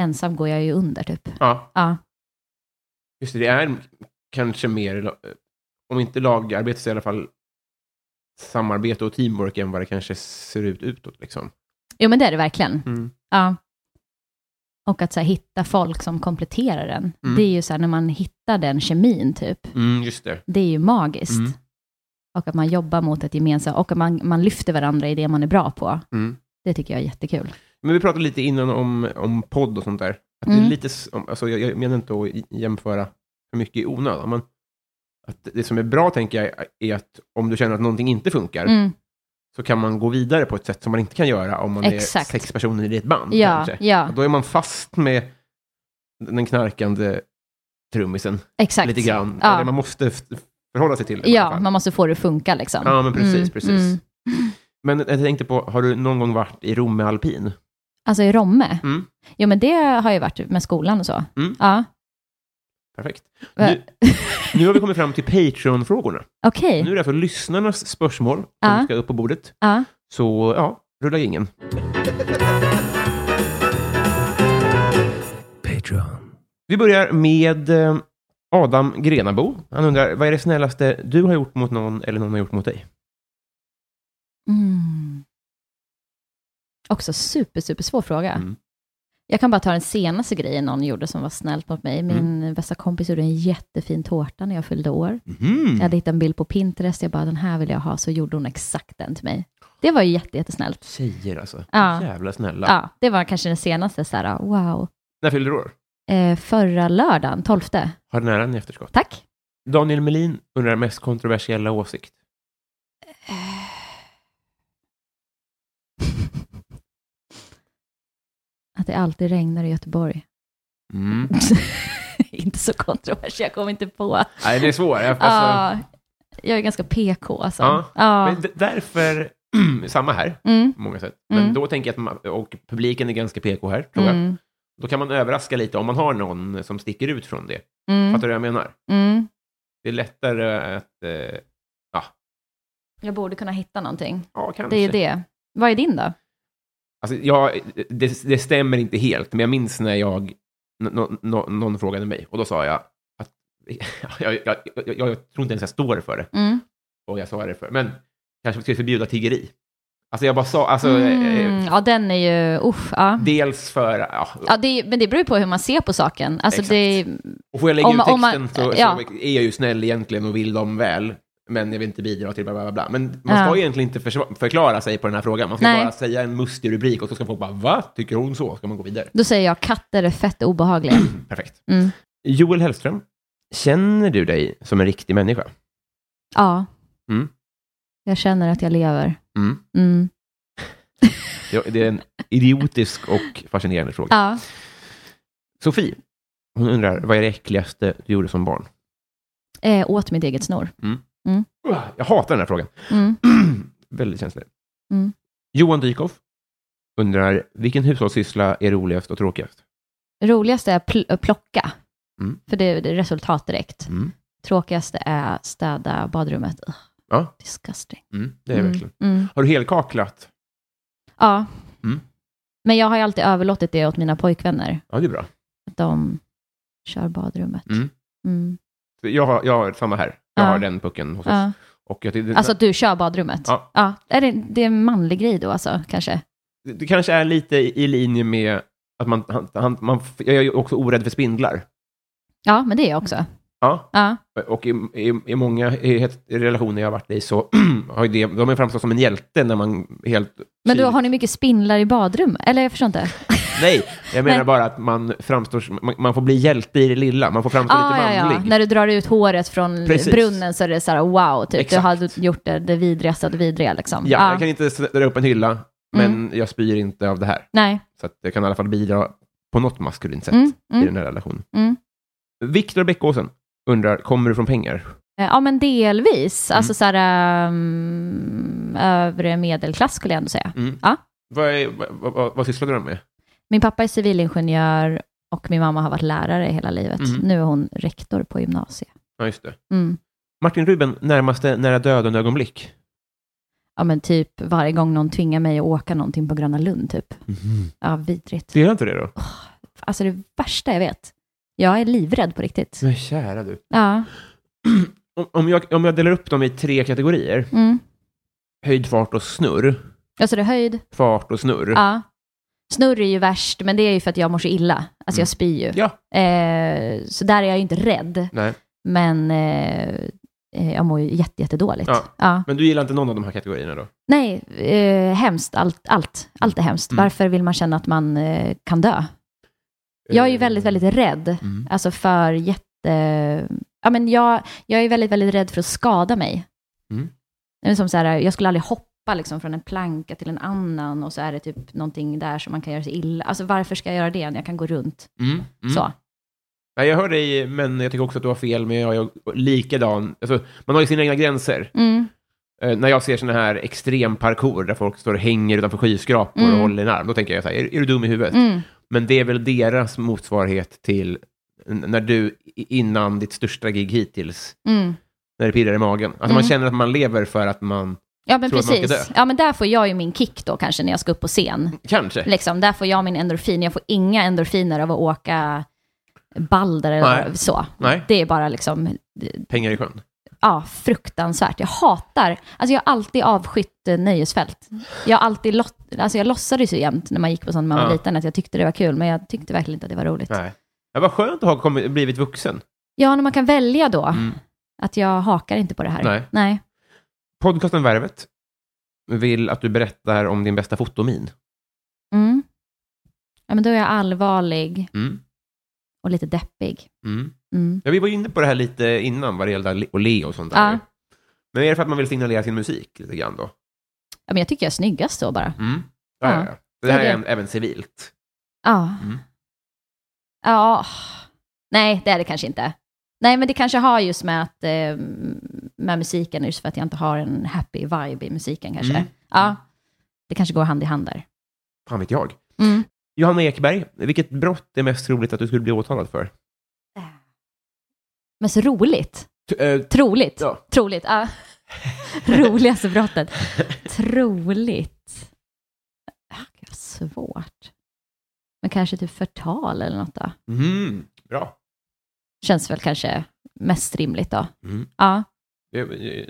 S3: Ensam går jag ju under, typ.
S2: Ja,
S3: Ja,
S2: just det. Det är kanske mer, eh, om inte lagarbete så i alla fall samarbete och teamwork än vad det kanske ser ut utåt. Liksom.
S3: jo men det är det verkligen.
S2: Mm.
S3: Ja. Och att så här, hitta folk som kompletterar den.
S2: Mm.
S3: Det är ju så här, när man hittar den kemin typ,
S2: Mm, just det.
S3: det är ju magiskt.
S2: Mm.
S3: Och att man jobbar mot ett gemensamt, och att man, man lyfter varandra i det man är bra på.
S2: Mm.
S3: Det tycker jag är jättekul.
S2: Men vi pratade lite innan om, om podd och sånt där. Att det är
S3: Mm.
S2: lite, s- om- alltså jag, jag menar inte att i- jämföra för mycket i onödan, men att det som är bra, tänker jag, är att om du känner att någonting inte funkar,
S3: Mm.
S2: så kan man gå vidare på ett sätt som man inte kan göra om man
S3: Exakt.
S2: är sex personer i ett band.
S3: Ja,
S2: kanske.
S3: ja,
S2: Då är man fast med den knarkande trummisen
S3: exakt.
S2: lite grann.
S3: Ja.
S2: Eller man måste f- förhålla sig till det. i alla
S3: Ja,
S2: fall.
S3: man måste få det att funka liksom.
S2: ja men precis.
S3: Mm,
S2: precis.
S3: mm.
S2: Men jag tänkte på, har du någon gång varit i Rom med alpin?
S3: Alltså i Romme,
S2: Mm.
S3: jo men det har ju varit med skolan och så.
S2: Mm.
S3: Ja,
S2: Perfekt.
S3: Va-
S2: Nu, nu har vi kommit fram till Patreon-frågorna.
S3: okej.
S2: Nu är det alltså lyssnarnas spörsmål som
S3: Ja.
S2: ska upp på bordet.
S3: Ja.
S2: Så ja, rulla ingen. Patreon. Vi börjar med eh, Adam Grenabo. Han undrar, vad är det snällaste du har gjort mot någon eller någon har gjort mot dig?
S3: Mm. Också super, super svår fråga.
S2: Mm.
S3: Jag kan bara ta den senaste grejen någon gjorde som var snällt mot mig. Min bästa kompis gjorde en jättefin tårta när jag fyllde år.
S2: Mhm.
S3: Jag hade hittat en bild på Pinterest, jag bara den här vill jag ha, så gjorde hon exakt den till mig. Det var ju jätte, jättesnällt.
S2: Tjejer alltså.
S3: Ja.
S2: Jävla snälla.
S3: Ja, det var kanske den senaste, så här, wow.
S2: När fyllde du år?
S3: Eh, förra lördagen, 12.
S2: Har du nära en i efterskott?
S3: Tack.
S2: Daniel Melin undrar mest kontroversiella åsikt.
S3: Att det alltid regnar i Göteborg.
S2: Mm.
S3: inte så kontroversiellt, jag kom inte på. Alltså-
S2: Nej, det är svårt.
S3: Ja, jag är ganska PK alltså.
S2: Ja,
S3: Ja.
S2: Men d- därför samma här,
S3: Mm.
S2: på många sätt. Men
S3: Mm.
S2: då tänker jag att man, och publiken är ganska PK här, tror jag.
S3: Mm.
S2: Då kan man överraska lite om man har någon som sticker ut från det.
S3: Mm.
S2: Fattar du vad jag menar?
S3: Mm.
S2: Det är lättare att... Eh,
S3: Jag borde kunna hitta någonting.
S2: ja, kanske.
S3: Det är ju det. Vad är din då?
S2: Alltså, ja, det, det stämmer inte helt, men jag minns när jag, nå- nå- nå- någon frågade mig och då sa jag att jag, jag, jag, jag tror inte ens jag står för det.
S3: Mm.
S2: Och jag sa det för, men kanske vi skulle förbjuda tiggeri. Alltså jag bara sa, alltså,
S3: Mm.
S2: eh,
S3: Ja, den är ju... Usch, ja.
S2: dels för, ja,
S3: Ja, det, är- men det beror ju på hur man ser på saken. Alltså
S2: Exakt.
S3: det,
S2: och får jag lägga
S3: om-
S2: ut texten
S3: om man-
S2: så,
S3: ja.
S2: så är jag ju snäll egentligen och vill dem väl, men jag vill inte bidra till bla bla bla, bla. Men man ska
S3: Ja.
S2: ju egentligen inte försva- förklara sig på den här frågan, man ska
S3: Nej.
S2: bara säga en mustig rubrik och så ska folk bara, va? Tycker hon så? Ska man gå vidare?
S3: då säger jag katter är fett obehagliga.
S2: Perfekt.
S3: Mm.
S2: Joel Hellström, känner du dig som en riktig människa?
S3: Ja.
S2: Mm.
S3: Jag känner att jag lever.
S2: Mm.
S3: Mm.
S2: Det det är en idiotisk och fascinerande fråga.
S3: Ja.
S2: Sofie, hon undrar, vad är det äckligaste du gjorde som barn?
S3: Eh, åt mitt eget snor.
S2: Ugh, Jag hatar den här frågan.
S3: Mm.
S2: Väldigt känslig.
S3: Mm.
S2: Johan Dykhoff undrar, vilken hushållssyssla är roligast och tråkigast?
S3: Roligaste är pl- att plocka,
S2: Mm.
S3: för det är det är resultat direkt.
S2: Mm.
S3: Tråkigaste är städa badrummet. Ugh,
S2: Ja.
S3: Disgusting.
S2: Mm, det är
S3: Mm.
S2: verkligen.
S3: Mm.
S2: Har du helkaklat?
S3: Ja.
S2: Mm.
S3: Men jag har ju alltid överlåtit det åt mina pojkvänner.
S2: Ja, det är bra.
S3: Att de kör badrummet.
S2: Mm.
S3: Mm.
S2: Jag har, jag har samma här. Jag
S3: Ja.
S2: har den pucken hos oss.
S3: Ja.
S2: Och jag, tycker-
S3: Alltså att du kör badrummet?
S2: Ja.
S3: Är det, det är en manlig grej då alltså, kanske?
S2: det det kanske är lite i i linje med att man, han, han, man... Jag är ju också orädd för spindlar.
S3: Ja, men det är jag också.
S2: Ja,
S3: Ja.
S2: och i, i, i många i, het- relationer jag har varit i så har ju det, de har framstått som en hjälte när man helt...
S3: Men då
S2: kyligt-
S3: har ni mycket spindlar i badrum? Eller jag förstår inte.
S2: Nej, jag menar
S3: Nej.
S2: bara att man framstår... som- Man, man får bli hjälte i det lilla, man får framstå
S3: Ah, ja,
S2: lite
S3: ja.
S2: manlig.
S3: När du drar ut håret från
S2: Precis.
S3: brunnen så är det så här wow, typ. du
S2: Exakt.
S3: har gjort det, det vidrigaste av det vidriga liksom.
S2: Ja,
S3: Ah. Mm.
S2: Jag kan inte ställa upp en hylla, men jag spyr inte av det här.
S3: Nej.
S2: Så att jag kan i alla fall bidra på något maskulint sätt
S3: Mm,
S2: i
S3: mm,
S2: den här relationen.
S3: mm.
S2: Viktor Bäckåsen undrar, kommer du från pengar?
S3: Eh, Ja, men delvis.
S2: Mm.
S3: Alltså så här, ehm, övre medelklass skulle jag ändå säga.
S2: Mm.
S3: Ja.
S2: Vad, är, vad, vad, vad, vad sysslar du med?
S3: Min pappa är civilingenjör och min mamma har varit lärare hela livet.
S2: Mm.
S3: Nu är hon rektor på gymnasiet.
S2: Ja, just det.
S3: Mm.
S2: Martin Ruben, närmaste nära döden-ögonblick?
S3: Ja, men typ varje gång någon tvingar mig att åka någonting på Gröna Lund, typ.
S2: Mm.
S3: Ja, vidrigt.
S2: Det gör inte det då?
S3: Alltså det värsta jag vet. Jag är livrädd på riktigt.
S2: Men kära du.
S3: Ja.
S2: Om, om, jag, om jag delar upp dem i tre kategorier,
S3: Mm.
S2: höjd, fart och snurr,
S3: Alltså det är höjd.
S2: fart och snurr.
S3: Ja. Snurr är ju värst, men det är ju för att jag mår så illa. Alltså jag spyr ju.
S2: Mm. Ja.
S3: Eh, så där är jag ju inte rädd,
S2: Nej,
S3: men eh, eh, jag mår ju jätte, jättedåligt.
S2: Ja.
S3: Ja.
S2: men du gillar inte någon av de här kategorierna då?
S3: Nej, eh, hemskt. Allt, allt. Allt är hemskt.
S2: Mm.
S3: Varför vill man känna att man eh, kan dö? Jag är ju
S2: Eh,
S3: väldigt, väldigt rädd.
S2: Mm.
S3: Alltså för jätte... Ja, men jag, jag är väldigt, väldigt rädd för att skada mig.
S2: Mm.
S3: Det är Som så här, jag skulle aldrig hoppa liksom från en planka till en annan och så är det typ någonting där som man kan göra sig illa. Alltså varför ska jag göra det när jag kan gå runt?
S2: Mm. Mm.
S3: Så.
S2: Nej, jag hör dig, men jag tycker också att du har fel, men jag är likadan. Alltså, man har ju sina egna gränser.
S3: Mm.
S2: Eh, när jag ser sådana här extremparkour där folk står och hänger utanför skyskrapor
S3: Mm.
S2: och håller en arm, då tänker jag så här, är, är du dum i huvudet?
S3: Mm.
S2: Men det är väl deras motsvarighet till n- när du, i- innan ditt största gig hittills,
S3: Mm.
S2: när det pirrar i magen. Alltså man
S3: Mm.
S2: känner att man lever för att man,
S3: Ja, men
S2: Tror att man ska
S3: precis. Ja, men där får jag ju min kick då kanske när jag ska upp på scen.
S2: kanske.
S3: Liksom, där får jag min endorfin. Jag får inga endorfiner av att åka Balder eller
S2: Nej.
S3: så.
S2: Nej.
S3: Det är bara liksom
S2: Pengar i sjön.
S3: ja, fruktansvärt. Jag hatar, alltså jag har alltid avskytt eh, nöjesfält. Jag har alltid, lott, alltså jag låtsades ju jämt när man gick på sånt när man var
S2: Ja.
S3: liten att jag tyckte det var kul, men jag tyckte verkligen inte att det var roligt.
S2: Nej. Ja, vad skönt att ha kommit, blivit vuxen.
S3: Ja, när man kan välja då,
S2: Mm.
S3: att jag hakar inte på det här.
S2: Nej.
S3: Nej.
S2: Podcasten Värvet vill att du berättar om din bästa fotomin.
S3: Mm. Ja, men då är jag allvarlig
S2: Mm.
S3: och lite deppig.
S2: Mm.
S3: Mm.
S2: Ja, vi var ju inne på det här lite innan vad det gällde att le och sånt där.
S3: Ja.
S2: Men är det för att man vill signalera sin musik lite grann då?
S3: Ja, men jag tycker jag är snyggast så bara.
S2: Mm. Ja, ja.
S3: Ja.
S2: ja. Det här
S3: Ja, det-
S2: är en, även civilt.
S3: Ja.
S2: Mm.
S3: Ja. Nej, det är det kanske inte. Nej, men det kanske har just med, att, eh, med musiken, just för att jag inte har en happy vibe i musiken kanske.
S2: Mm.
S3: Ja, det kanske går hand i hand där.
S2: Fan vet jag.
S3: Mm.
S2: Johanna Ekberg, vilket brott är mest troligt att du skulle bli åtalad för?
S3: Men så roligt.
S2: T- eh,
S3: Troligt.
S2: Ja.
S3: Troligt. Ja. Roligaste brottet. Troligt. Ja, gud, vad svårt. Men kanske typ förtal eller något då.
S2: mm, bra.
S3: Känns väl kanske mest rimligt då.
S2: Mm.
S3: Ja.
S2: Eh, eh,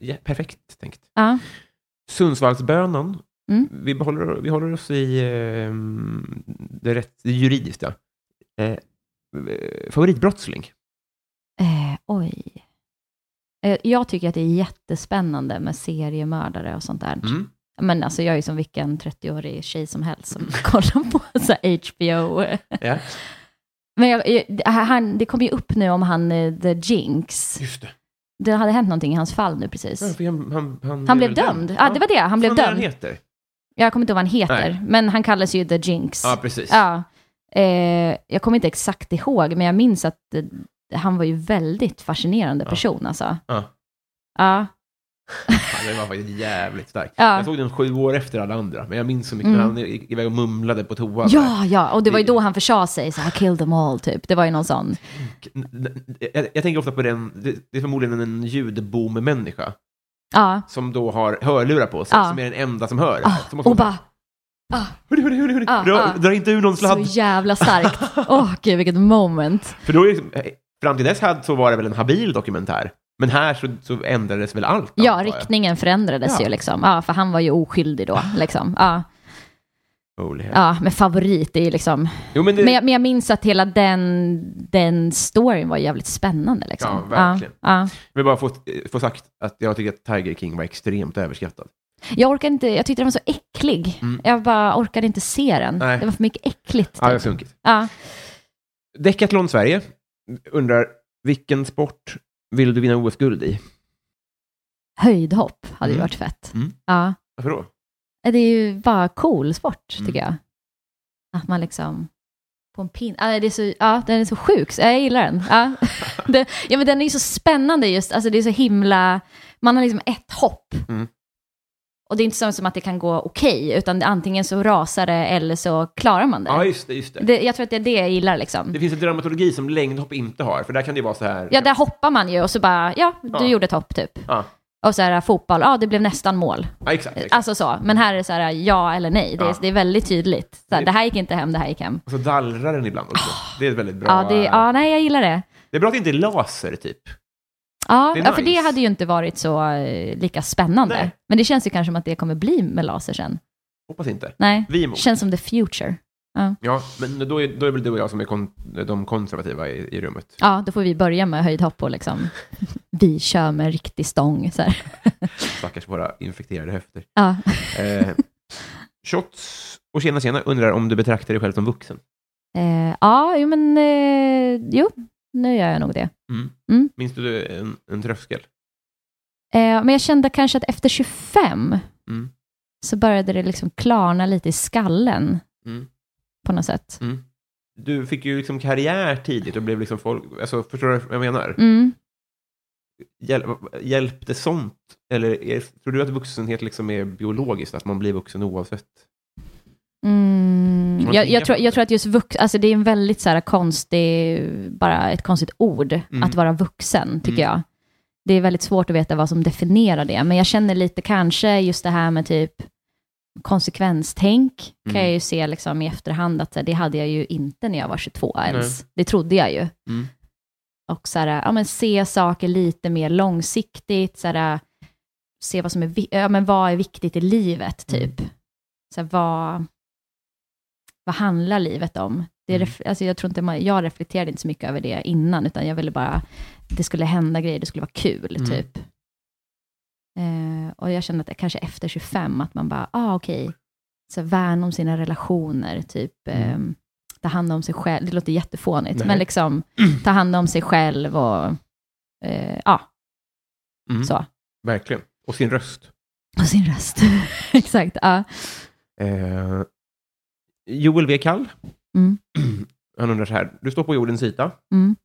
S2: ja, perfekt tänkt.
S3: ja.
S2: Sundsvallsbönan.
S3: Mm.
S2: Vi, behåller, vi håller oss i eh, det, rätt, det juridiska. Eh, eh, favoritbrottsling?
S3: Eh, oj. Eh, Jag tycker att det är jättespännande med seriemördare och sånt där.
S2: Mm.
S3: Men alltså jag är ju som vilken 30-årig tjej som helst som kollar på så här HBO.
S2: Ja.
S3: Men jag, jag- han, det kom ju upp nu om han eh, The Jinx.
S2: Just det.
S3: Det hade hänt någonting i hans fall nu
S2: Ja,
S3: precis.
S2: för Han, han, han,
S3: Han
S2: är väl
S3: blev dömd. Ja, det var det. Han blev
S2: Fan, vad Han
S3: dömd.
S2: heter.
S3: Jag kommer inte ihåg vad han heter,
S2: Nej.
S3: men han kallas ju The Jinx.
S2: Ja, precis.
S3: Ja. Eh, jag kommer inte exakt ihåg, men jag minns att eh, han var ju väldigt fascinerande
S2: Ja.
S3: person alltså.
S2: Ja.
S3: Ja.
S2: Fan, den var faktiskt jävligt stark.
S3: Ja.
S2: Jag såg den sju år efter alla andra, men jag minns så mycket när
S3: Mm.
S2: han gick iväg och mumlade på toa.
S3: Ja, ja, och det var ju
S2: Det-
S3: då han försade sig, så här, kill them all, typ. Det var ju någon sån.
S2: Jag, jag tänker ofta på den, det, det är förmodligen en ljudboom-människa
S3: Ja,
S2: som då har hörlurar på sig,
S3: Ja.
S2: som är den enda som hör.
S3: ah,
S2: som
S3: och bara
S2: hurri, hurri, hurri, hurri.
S3: Ja,
S2: dra,
S3: ja.
S2: dra inte ur någon
S3: Ah, så
S2: sladd.
S3: jävla starkt. Åh, gud, vilket moment.
S2: För då är liksom, eh, fram till dess hade, så var det väl en habil dokumentär, men här så, så ändrades väl allt?
S3: Ja,
S2: antar jag.
S3: riktningen förändrades
S2: Ja.
S3: ju liksom. Ja, för han var ju oskyldig då, liksom. Ja,
S2: Holy hell.
S3: ja men favorit, det är ju liksom...
S2: Jo, men det,
S3: Men jag, men jag minns att hela den, den storyn var jävligt spännande liksom.
S2: Ja, verkligen.
S3: Ja,
S2: jag vill bara få, få sagt att jag tycker att Tiger King var extremt överskattad.
S3: ja. Jag orkade inte, jag tyckte den var så äcklig.
S2: Mm.
S3: Jag bara orkade inte se den.
S2: Nej.
S3: Det var för mycket äckligt. Typ.
S2: Ja, jag har sunkit.
S3: ja.
S2: Decathlon Sverige undrar, vilken sport vill du vinna OS-guld i?
S3: Höjdhopp hade ju
S2: Mm.
S3: varit fett.
S2: Mm.
S3: Ja.
S2: Varför då?
S3: Det är ju bara cool sport,
S2: Mm.
S3: tycker jag. Att man liksom på en pin... Ah, det är så, ja, den är så sjuk. så- Jag gillar den. Ja. det, ja, men den är ju så spännande just. Alltså det är så himla... Man har liksom ett hopp.
S2: Mm.
S3: Och det är inte så som att det kan gå okej, utan det- antingen så rasar det eller så klarar man det.
S2: Ja, just det. Just det.
S3: det jag tror att det är det jag gillar liksom.
S2: Det finns en dramaturgi som längdhopp inte har, för där kan det ju vara så här.
S3: Ja, där hoppar man ju och så bara, ja, du
S2: Ja.
S3: gjorde ett hopp typ.
S2: Ja.
S3: Och så här fotboll, ja, det blev nästan mål.
S2: Ja, exakt. exakt.
S3: Alltså så, men här är det så här ja eller nej. Det är,
S2: Ja.
S3: det är väldigt tydligt. Så här, det här gick inte hem, det här gick hem.
S2: Och så dallrar den ibland också. Det är ett väldigt bra.
S3: Ah. Ja, det, ja nej jag gillar det.
S2: det är bra att det inte är laser, typ.
S3: Ja,
S2: Det är
S3: ja, för det
S2: nice.
S3: hade ju inte varit så eh, lika spännande.
S2: Nej.
S3: Men det känns ju kanske som att det kommer bli med laser sen.
S2: Hoppas inte.
S3: Nej,
S2: Vi är emot.
S3: känns som the future.
S2: Ja, men då är, då är väl du och jag som är kon, de konservativa i, i rummet.
S3: Ja, då får vi börja med höjdhopp och liksom, vi kör med riktig stång. Så här.
S2: Stackars våra infekterade höfter.
S3: Ja.
S2: Eh, shots och tjena tjena undrar om du betraktar dig själv som vuxen.
S3: Eh, ja, jo men, eh, jo, nu gör jag nog det.
S2: Minns du en, en tröskel?
S3: Eh, men jag kände kanske att efter 25
S2: Mm.
S3: så började det liksom klarna lite i skallen
S2: Mm.
S3: på något sätt.
S2: Du fick ju liksom karriär tidigt och blev liksom folk, alltså förstår du vad jag menar?
S3: Mm.
S2: Hjäl, hjälpte sånt? Eller är, tror du att vuxenhet liksom är biologiskt, att man blir vuxen oavsett? Kan
S3: Mm.
S2: man
S3: Jag,
S2: tänka
S3: jag,
S2: på
S3: tror,
S2: det?
S3: jag tror att just vux, alltså det är en väldigt så här konstig, bara ett konstigt ord,
S2: Mm.
S3: att vara vuxen, tycker
S2: Mm.
S3: jag. Det är väldigt svårt att veta vad som definierar det, men jag känner lite kanske just det här med typ konsekvenstänk,
S2: Mm.
S3: kan jag ju se liksom i efterhand att så här, det hade jag ju inte när jag var 22 ens. Det trodde jag ju.
S2: Mm.
S3: Och så här, ja, men se saker lite mer långsiktigt, så här, se vad som är, vi- ja, men vad är viktigt i livet,
S2: Mm.
S3: typ. Så här, vad, vad handlar livet om? Det är
S2: Mm.
S3: ref, alltså jag, tror inte man, jag reflekterade inte så mycket över det innan, utan jag ville bara, det skulle hända grejer, det skulle vara kul,
S2: Mm.
S3: typ. Eh, och jag kände att kanske efter 25, att man bara, ah okej, så här, värna om sina relationer, typ.
S2: Mm.
S3: ehm, ta hand om sig själv, det låter jättefånigt,
S2: Nej.
S3: men liksom ta hand om sig själv och eh, ja,
S2: Mm.
S3: så.
S2: Verkligen. Och sin röst.
S3: Och sin röst. Exakt, ja.
S2: Eh, Joel W. Kall,
S3: Mm,
S2: han undrar så här, du står på jordens yta,
S3: mm,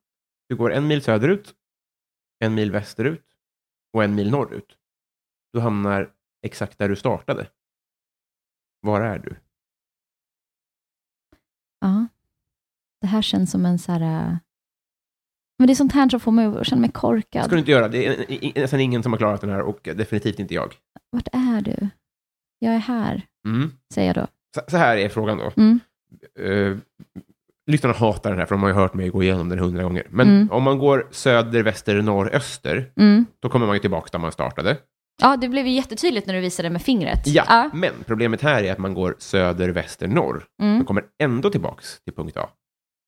S2: Du går en mil söderut, en mil västerut och en mil norrut. Du hamnar exakt där du startade. Var är du?
S3: Ja. Det här känns som en så här... äh, Men det är sånt här som får mig att känna mig
S2: Det
S3: korkad.
S2: ska du inte göra. Det är i- i- nästan ingen som har klarat den här och definitivt inte jag.
S3: Vart är du? Jag är här,
S2: Mm.
S3: säger jag då.
S2: Så, så här är frågan då.
S3: Mm.
S2: Eh, lyssnarna hatar den här för de har ju hört mig gå igenom den hundra gånger. Men
S3: Mm.
S2: om man går söder, väster, norr, öster,
S3: Mm.
S2: då kommer man ju tillbaka där man startade.
S3: Ja, det blev ju jättetydligt när du visade med fingret.
S2: Ja, men problemet här är att man går söder, väster, norr. Man
S3: Mm.
S2: kommer ändå tillbaka till punkt A.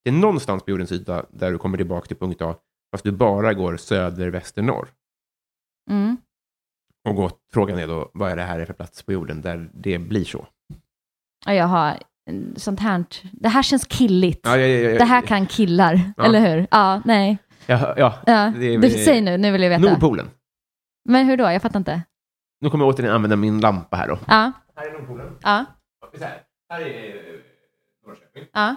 S2: Det är någonstans på jordens yta där du kommer tillbaka till punkt A, fast du bara går söder, väster, norr.
S3: Mm.
S2: Och gå, frågan är då, vad är det här är för plats på jorden där det blir så?
S3: Ja, jag har mm, sånt här. Det här känns killigt.
S2: Ja, ja, ja, ja.
S3: Det här kan killar,
S2: Ja.
S3: eller hur? Ja, nej.
S2: Ja, ja.
S3: Ja.
S2: Det är-
S3: Du, säg nu, nu vill jag veta.
S2: Nordpolen.
S3: Men hur då? Jag fattar inte.
S2: Nu kommer jag återigen använda min lampa här då.
S3: Ja,
S2: Här är Nordpolen.
S3: ja,
S2: Så här, här är eh, Norrköping.
S3: ja,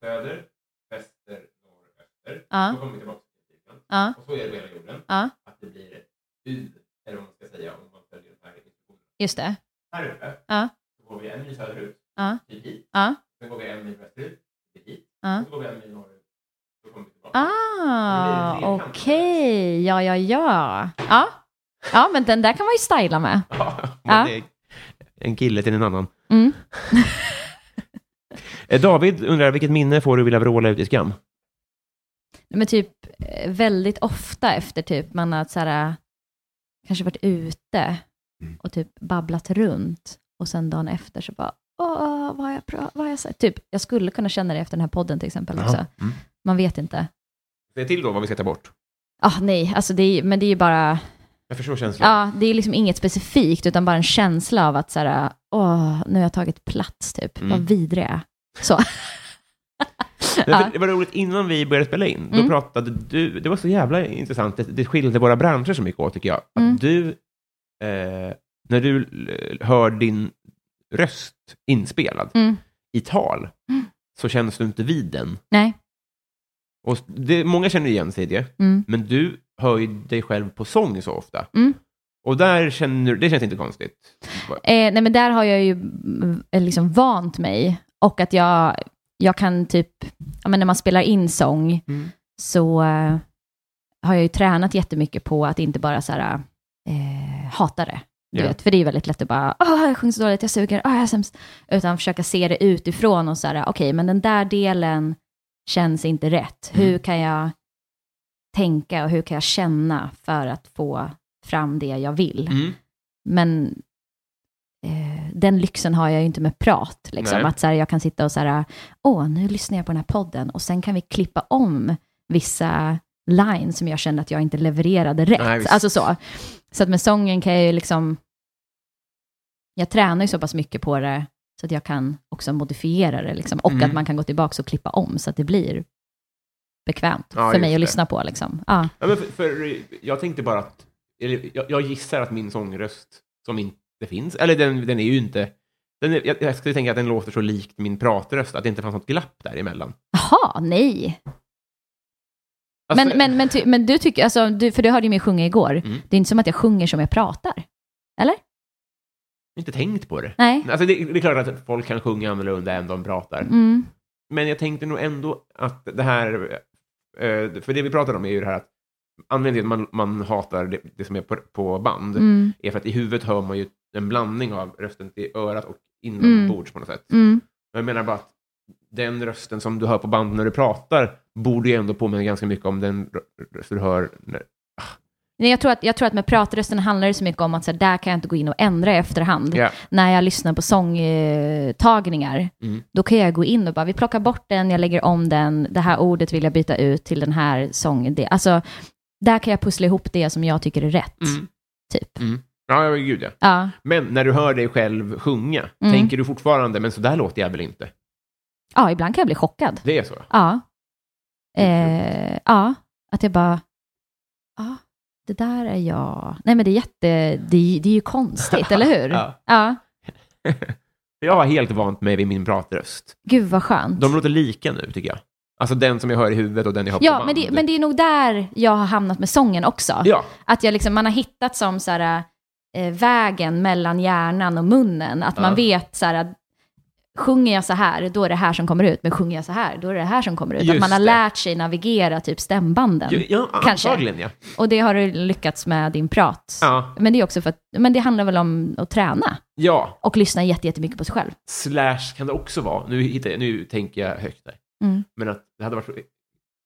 S2: Söder, väster, norr, öster.
S3: ja,
S2: Då kommer vi tillbaka till Tyskland.
S3: ja,
S2: Och så är det på hela jorden.
S3: ja.
S2: Att det blir ett U, eller vad man ska säga, om man följer den här instruktionen.
S3: Just det.
S2: Här uppe,
S3: Ja.
S2: så går vi en mil söderut,
S3: Ja,
S2: till hit.
S3: ja,
S2: Sen går vi en mil västerut, till hit.
S3: Ja.
S2: Och så går vi en mil norrut, då kommer vi tillbaka.
S3: Ah, okej. Ja, ja, ja. Ja. ja, men den där kan man ju styla med.
S2: Men
S3: Ja.
S2: det är En kille till en annan.
S3: Mm.
S2: Eh, David undrar, vilket minne får du vilja vråla ut i skam?
S3: Men typ eh, väldigt ofta efter typ man har så här, eh, kanske varit ute och typ babblat runt och sen dagen efter så bara, åh, vad har jag, pra- vad har jag sagt? Typ, jag skulle kunna känna det efter den här podden till exempel också.
S2: Mm.
S3: Man vet inte.
S2: Säg till då vad vi ska ta bort.
S3: Ah, nej, alltså det är, men det är ju bara,
S2: Jag förstår känslan.
S3: ja, det är liksom inget specifikt utan bara en känsla av att så här, åh, nu har jag tagit plats typ,
S2: Mm.
S3: vad vidrig jag är. Så.
S2: Nej, för
S3: Ja.
S2: Det var roligt, innan vi började spela in, då
S3: Mm.
S2: pratade du, det var så jävla intressant, det, det skilde våra branscher så mycket åt tycker jag, att
S3: Mm.
S2: du, eh, när du l- hör din röst inspelad
S3: Mm.
S2: i tal, så känns du inte vid den.
S3: Nej.
S2: Och det, många känner igen sig i det,
S3: Mm.
S2: men du hör ju dig själv på sång så ofta.
S3: Mm.
S2: Och där känner, det känns inte konstigt.
S3: Eh, nej, men där har jag ju mm, liksom vant mig. Och att jag, jag kan typ, ja, men när man spelar in sång
S2: Mm.
S3: så eh, har jag ju tränat jättemycket på att inte bara så här, eh, hata det. Du
S2: Ja.
S3: vet, för det är ju väldigt lätt att bara, åh, jag sjunger så dåligt, jag suger, åh, jag är sämst. Utan försöka se det utifrån och så här, okej, men den där delen känns inte rätt. Hur kan jag tänka och hur kan jag känna för att få fram det jag vill?
S2: Mm.
S3: Men eh, den lyxen har jag ju inte med prat. Liksom.
S2: Nej.
S3: Att så här, jag kan sitta och så här, åh, nu lyssnar jag på den här podden och sen kan vi klippa om vissa lines som jag kände att jag inte levererade rätt.
S2: Nej, visst.
S3: alltså så. Så att med sången kan jag ju liksom, jag tränar ju så pass mycket på det så att jag kan också modifiera det liksom. Och
S2: Mm.
S3: att man kan gå tillbaka och klippa om så att det blir bekvämt
S2: Ja,
S3: för mig
S2: just
S3: att
S2: det.
S3: lyssna på. Liksom. Ja.
S2: Ja, men för, för, jag tänkte bara att, eller, jag, jag gissar att min sångröst, som inte finns, eller den, den är ju inte, den är, jag, jag skulle tänka att den låter så likt min pratröst, att det inte fanns något glapp däremellan.
S3: Jaha, nej.
S2: Alltså,
S3: Men, men, men, ty, men du tycker, alltså, du, för du hörde ju mig sjunga igår,
S2: Mm.
S3: det är inte som att jag sjunger som jag pratar.
S2: jag har inte tänkt på det.
S3: Nej.
S2: Alltså, det, det är klart att folk kan sjunga annorlunda än de pratar.
S3: Mm.
S2: Men jag tänkte nog ändå att det här, eh, för det vi pratar om är ju det här att anledningen till att man, man hatar det, det som är på, på band
S3: Mm.
S2: är för att i huvudet hör man ju en blandning av rösten till örat och inombords på något sätt.
S3: Mm.
S2: Men Jag menar bara att den rösten som du hör på band när du pratar borde ju ändå påminna ganska mycket om den rö- röst du hör. När...
S3: Nej, jag, tror att, jag tror att med pratrösten handlar det så mycket om att så här, där kan jag inte gå in och ändra i efterhand.
S2: Ja.
S3: När jag lyssnar på sångtagningar,
S2: Mm.
S3: då kan jag gå in och bara, vi plockar bort den, jag lägger om den, det här ordet vill jag byta ut till den här sången. Det- Alltså, där kan jag pussla ihop det som jag tycker är rätt.
S2: Mm.
S3: Typ.
S2: Mm. Ja, ja, gud ja.
S3: Ja.
S2: Men när du hör dig själv sjunga,
S3: Mm.
S2: tänker du fortfarande, men så där låter jag väl inte?
S3: ja, ibland kan jag bli chockad.
S2: Det är så?
S3: Ja.
S2: Det
S3: Eh, ja, att jag bara, ja, det där är jag. Nej men det är jätte, det, är- det är ju konstigt, eller hur?
S2: Ja.
S3: ja.
S2: Jag har helt vant mig vid min pratröst.
S3: Gud vad skönt.
S2: De låter lika nu, tycker jag. Alltså den som jag hör i huvudet och den jag hör på
S3: Ja,
S2: band.
S3: men det, men det är nog där jag har hamnat med sången också.
S2: Ja,
S3: Att jag liksom, man har hittat som så här, eh, vägen mellan hjärnan och munnen. Att
S2: Ja.
S3: man vet så här, sjunger jag så här, då är det här som kommer ut. Men sjunger jag så här, då är det här som kommer ut.
S2: Just
S3: att man har
S2: det.
S3: lärt sig navigera typ stämbanden.
S2: ju- ja
S3: Kanske.
S2: antagligen ja.
S3: Och det har du lyckats med din prat.
S2: ja.
S3: Men det är också för att, men det handlar väl om att träna
S2: Ja,
S3: och lyssna jätte- jättemycket på sig själv.
S2: slash kan det också vara. Nu, hittar jag, nu tänker jag högt där.
S3: Mm.
S2: Men att det hade varit så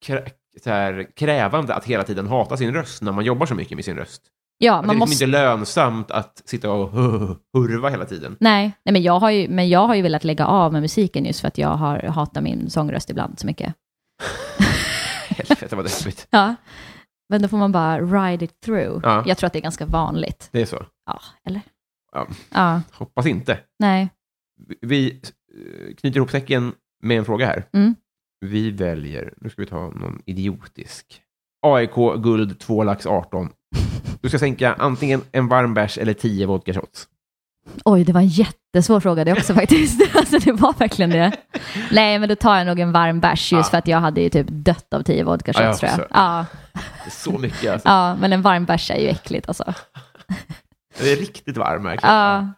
S2: krä, så här, krävande att hela tiden hata sin röst när man jobbar så mycket med sin röst.
S3: Ja,
S2: Att
S3: man
S2: det är liksom
S3: måste...
S2: inte lönsamt att sitta och hurva hela tiden.
S3: Nej, nej men, jag har ju, men jag har ju velat lägga av med musiken just för att jag har hatat min sångröst ibland så mycket.
S2: Helvete vad deppigt.
S3: Ja. Men då får man bara ride it through.
S2: Ja.
S3: Jag tror att det är ganska vanligt.
S2: Det är så.
S3: Ja, eller?
S2: Ja.
S3: Ja,
S2: Hoppas inte.
S3: nej.
S2: Vi eh, knyter ihop säcken med en fråga här.
S3: Mm.
S2: Vi väljer, nu ska vi ta någon idiotisk. AIK guld 2 lax 18. Du ska sänka antingen en varm bärs eller 10 vodka shots.
S3: Oj, det var en jättesvår fråga det också faktiskt. alltså det var verkligen det. Nej, men då tar jag nog en varm bärs just
S2: Ja.
S3: för att jag hade ju typ dött av tio vodka
S2: Ja, jag
S3: shots tror jag.
S2: också.
S3: Ja,
S2: Det är så mycket alltså.
S3: ja, men en varm bärs är ju äckligt alltså.
S2: Det är riktigt varm verkligen.
S3: Ja.